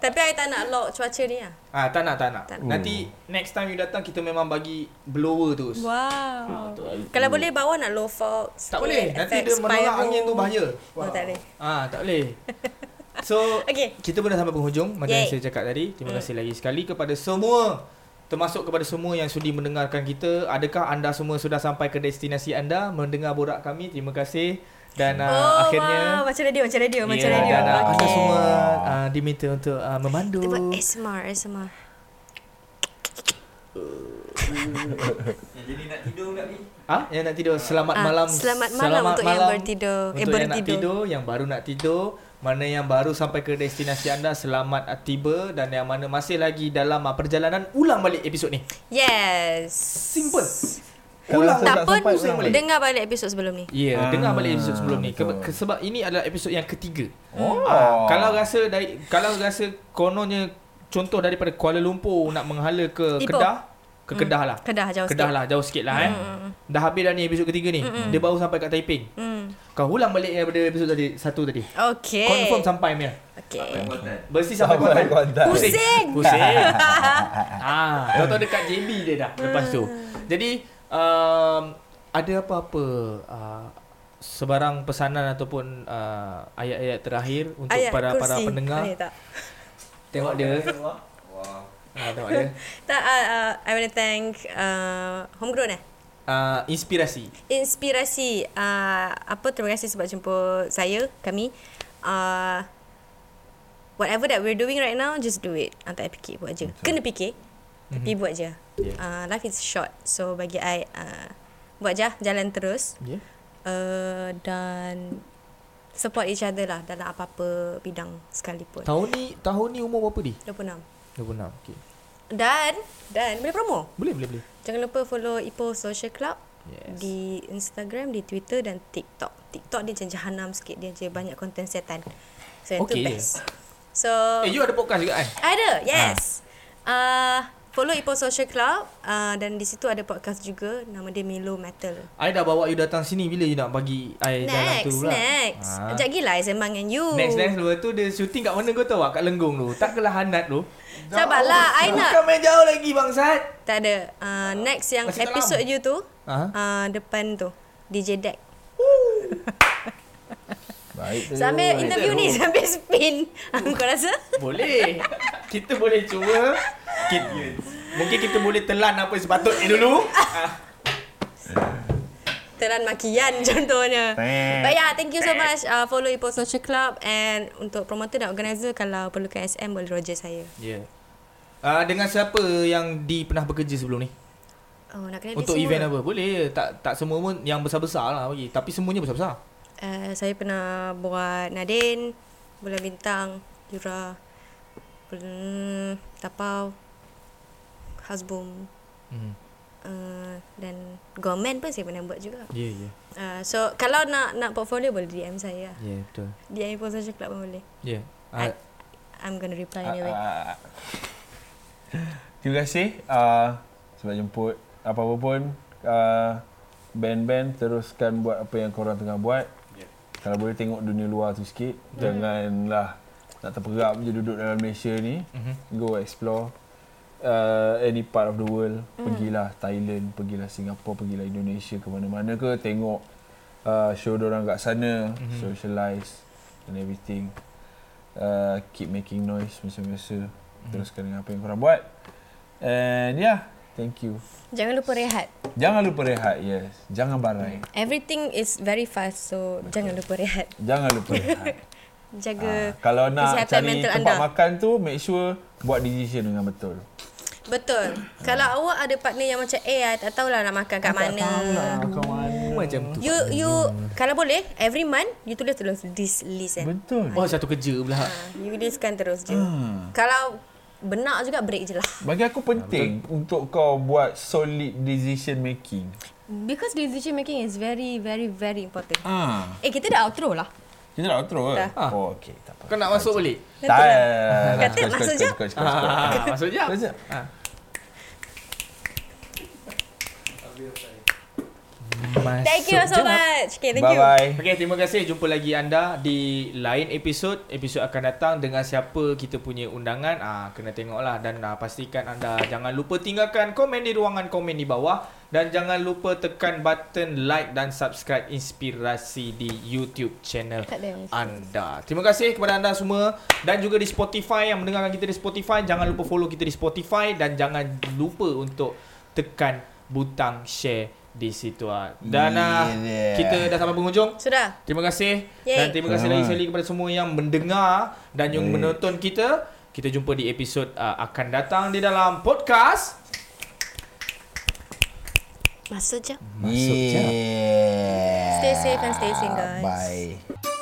S2: Tapi I tak nak lock cuaca ni lah.
S1: ah tak nak tak nak.
S2: Tak
S3: nak.
S1: Nanti next time you datang kita memang bagi blower terus. Ah,
S2: Wow. Kalau boleh bawah nak low fox.
S1: Tak boleh. Nanti dia menolak angin tu bahaya.
S2: Oh, tak boleh.
S1: Ah tak boleh. So okay.
S2: Okay.
S1: kita pun dah sampai penghujung macam yang
S2: Yay. Hmm.
S1: saya cakap tadi. Terima kasih lagi sekali kepada semua termasuk kepada semua yang sudi mendengarkan kita. Adakah anda semua sudah sampai ke destinasi anda mendengar borak kami? Terima kasih dan uh,
S2: oh,
S1: akhirnya
S2: wow. Macam radio, macam radio,
S1: Ya,
S2: macam
S1: dan,
S2: radio.
S1: uh,
S2: Okay.
S1: anda semua uh, diminta untuk uh, memandu.
S2: Kita buat ASMR, ASMR.
S6: Jadi nak tidur pula ni.
S1: Ah, yang nak tidur selamat
S2: Ah,
S1: malam.
S2: selamat malam untuk yang bertidur.
S1: Untuk
S2: Eh,
S1: yang nak
S2: bertidur.
S1: tidur, yang baru nak tidur, mana yang baru sampai ke destinasi anda selamat tiba dan yang mana masih lagi dalam ah, perjalanan ulang balik episod ni.
S2: Yes.
S1: Simple.
S3: Kalau
S1: Ulang.
S3: tak
S2: Tak pun,
S3: sampai, ulang balik.
S2: dengar balik episod sebelum ni.
S1: Ya, yeah,
S3: Ah,
S1: dengar balik episod sebelum ni. Ke,
S3: betul.
S1: ke, sebab ini adalah episod yang ketiga.
S3: Oh.
S1: Ah, kalau rasa dari kalau rasa kononnya contoh daripada Kuala Lumpur nak menghala ke
S2: Ipoh. Hmm.
S1: Kedah, ke Kedah lah.
S2: Kedah jauh
S1: Kedah
S2: sikit. Hmm,
S1: lah jauh sikit lah eh. Mm. Dah habis dah ni episod ketiga ni. Mm. Dia baru sampai kat Taiping.
S2: Hmm.
S1: Kau ulang balik daripada episod tadi satu tadi.
S2: Okay.
S1: Confirm sampai punya.
S2: Okay.
S6: Konten.
S1: Bersih sampai
S3: Sampai
S1: Kuantan.
S3: kontak.
S2: Pusing.
S1: Pusing. ah, tahu-tahu dekat JB dia dah lepas tu. Jadi um, ada apa-apa uh, sebarang pesanan ataupun uh, ayat-ayat terakhir untuk
S2: Ayat
S1: para
S2: kursi.
S1: para pendengar.
S2: Boleh tak?
S1: Tengok dia. Ah, tengok dia.
S2: Tak, uh, uh, I want to thank uh, Homegrown eh.
S1: Uh, inspirasi.
S2: Inspirasi. Uh, apa terima kasih sebab jumpa saya, kami. Uh, whatever that we're doing right now, just do it. Ah, tak payah fikir, buat je. Kena fikir, tapi
S1: Mhm.
S2: buat je.
S1: Hmm. Yeah.
S2: Uh, life is short. So bagi I, uh, buat je, jalan terus.
S1: Yeah.
S2: Uh, dan support each other lah dalam apa-apa bidang sekalipun.
S1: Tahun ni tahun ni umur berapa di?
S2: 26.
S1: 26. Okey.
S2: Dan, dan boleh promo.
S1: Boleh boleh boleh.
S2: Jangan lupa follow Ipoh Social Club
S1: Yes.
S2: di Instagram, di Twitter dan TikTok. TikTok dia macam jahanam sikit. Dia je banyak konten setan. So, yang
S1: Okey.
S2: tu best. So,
S1: Eh you ada podcast juga kan?
S2: ada. Yes. Ah, uh, Follow Ipoh Social Club uh, dan di situ ada podcast juga nama dia Melo Metal.
S1: I dah bawa you datang sini bila you nak bagi I Eh, dalam tu
S2: Next,
S1: pula.
S2: next.
S1: Ah.
S2: Ha. Sekejap gila I sembang dengan you.
S1: Next next lepas tu dia shooting kat mana kau tahu tak? Kat Lenggong tu. Tak kelah hanat tu.
S2: Sabarlah, I nak.
S1: Bukan main jauh lagi bangsat.
S2: Tak ada. Uh, next yang
S1: Masih tak
S2: episod you tu,
S1: Ha?
S2: uh, depan tu. DJ Deck.
S3: Baik.
S1: Oh,
S2: Sambil interview ni, sambil spin. Ah, Kau rasa?
S1: Boleh. Kita boleh cuba. Kita, mungkin kita boleh telan apa yang sepatutnya dulu.
S2: Telan makian contohnya. But yeah, thank you so much. Uh, follow Ipoh Social Club and untuk promoter dan organizer kalau perlukan SM boleh roger saya.
S1: Ya. Yeah. Uh, dengan siapa yang di pernah bekerja sebelum ni?
S2: Oh, nak kena
S1: Untuk
S2: dia semua.
S1: event apa? Boleh je. tak tak semua pun yang besar-besar lah bagi. Tapi semuanya besar-besar.
S2: Uh, saya pernah buat Nadine, Bulan Bintang, Yura, Bulan Tapau, Hasbum,
S1: Hmm.
S2: uh, dan Gourmet pun saya pernah buat juga.
S1: Ya yeah, ya. Yeah.
S2: Uh, so kalau nak nak portfolio boleh DM saya.
S1: Ya yeah, betul.
S2: DM Ipoh Social Club pun boleh.
S1: Ya. Yeah. Uh,
S2: I, I'm gonna reply
S3: Ah,
S2: anyway.
S3: ah, ah. Terima kasih uh, sebab jemput apa-apa pun uh, band-band teruskan buat apa yang korang tengah buat. Kalau boleh tengok dunia luar tu sikit, janganlah nak terperap je duduk dalam Malaysia ni.
S1: mhm.
S3: Go explore uh, any part of the world.
S2: Mm.
S3: Pergilah Thailand, pergilah Singapura, pergilah Indonesia ke mana-mana ke tengok uh, show orang kat sana, socialize and everything uh, keep making noise macam biasa teruskan dengan apa yang korang buat and yeah thank you
S2: Jangan lupa rehat.
S3: jangan lupa rehat yes jangan barai
S2: Everything is very fast so Betul. jangan lupa rehat.
S3: jangan lupa rehat
S2: Jaga
S3: Ah, kalau nak
S2: kesihatan
S3: cari
S2: mental
S3: tempat
S2: anda.
S3: makan tu make sure buat decision dengan betul
S2: Betul. Kalau awak ada partner yang macam eh I tak tahulah nak makan kat mana.
S1: macam tu.
S2: You you kalau boleh every month you tulis terus this list kan.
S3: betul
S1: Oh satu kerja pula.
S2: Ha, you listkan terus je. Hmm. Kalau benar juga break je lah.
S3: bagi aku penting untuk kau buat solid decision making
S2: Because decision making is very very very important.
S3: ah
S2: Eh kita dah outro lah.
S3: kita nak outro ke?
S2: Dah.
S3: oh okey tak apa
S1: Kau nak masuk balik?
S3: tak
S2: Kan- Betul
S3: tak
S2: Kata masuk jap.
S1: Ah, masuk jap.
S3: Masuk jap.
S1: Ah. Masuk
S2: Thank you so
S1: jap.
S2: much. Okay, thank
S3: bye
S2: you.
S3: bye
S1: Okay, terima kasih. Jumpa lagi anda di lain episod. Episod akan datang dengan siapa kita punya undangan. Ah, kena tengoklah dan ah, pastikan anda jangan lupa tinggalkan komen di ruangan komen di bawah dan jangan lupa tekan button like dan subscribe inspirasi di YouTube channel
S2: Tak ada.
S1: anda. Terima kasih kepada anda semua dan juga di Spotify yang mendengarkan kita di Spotify, jangan lupa follow kita di Spotify dan jangan lupa untuk tekan butang share di situ ah. Dan ah,
S3: Yeah.
S1: kita dah sampai penghujung.
S2: Sudah.
S1: Terima kasih
S2: Yay.
S1: dan terima kasih
S3: Sama.
S1: lagi sekali kepada semua yang mendengar dan yang menonton kita. Kita jumpa di episod uh, akan datang di dalam podcast
S2: Masuk je.
S3: yeah
S2: Stay safe and stay sane guys.
S3: bye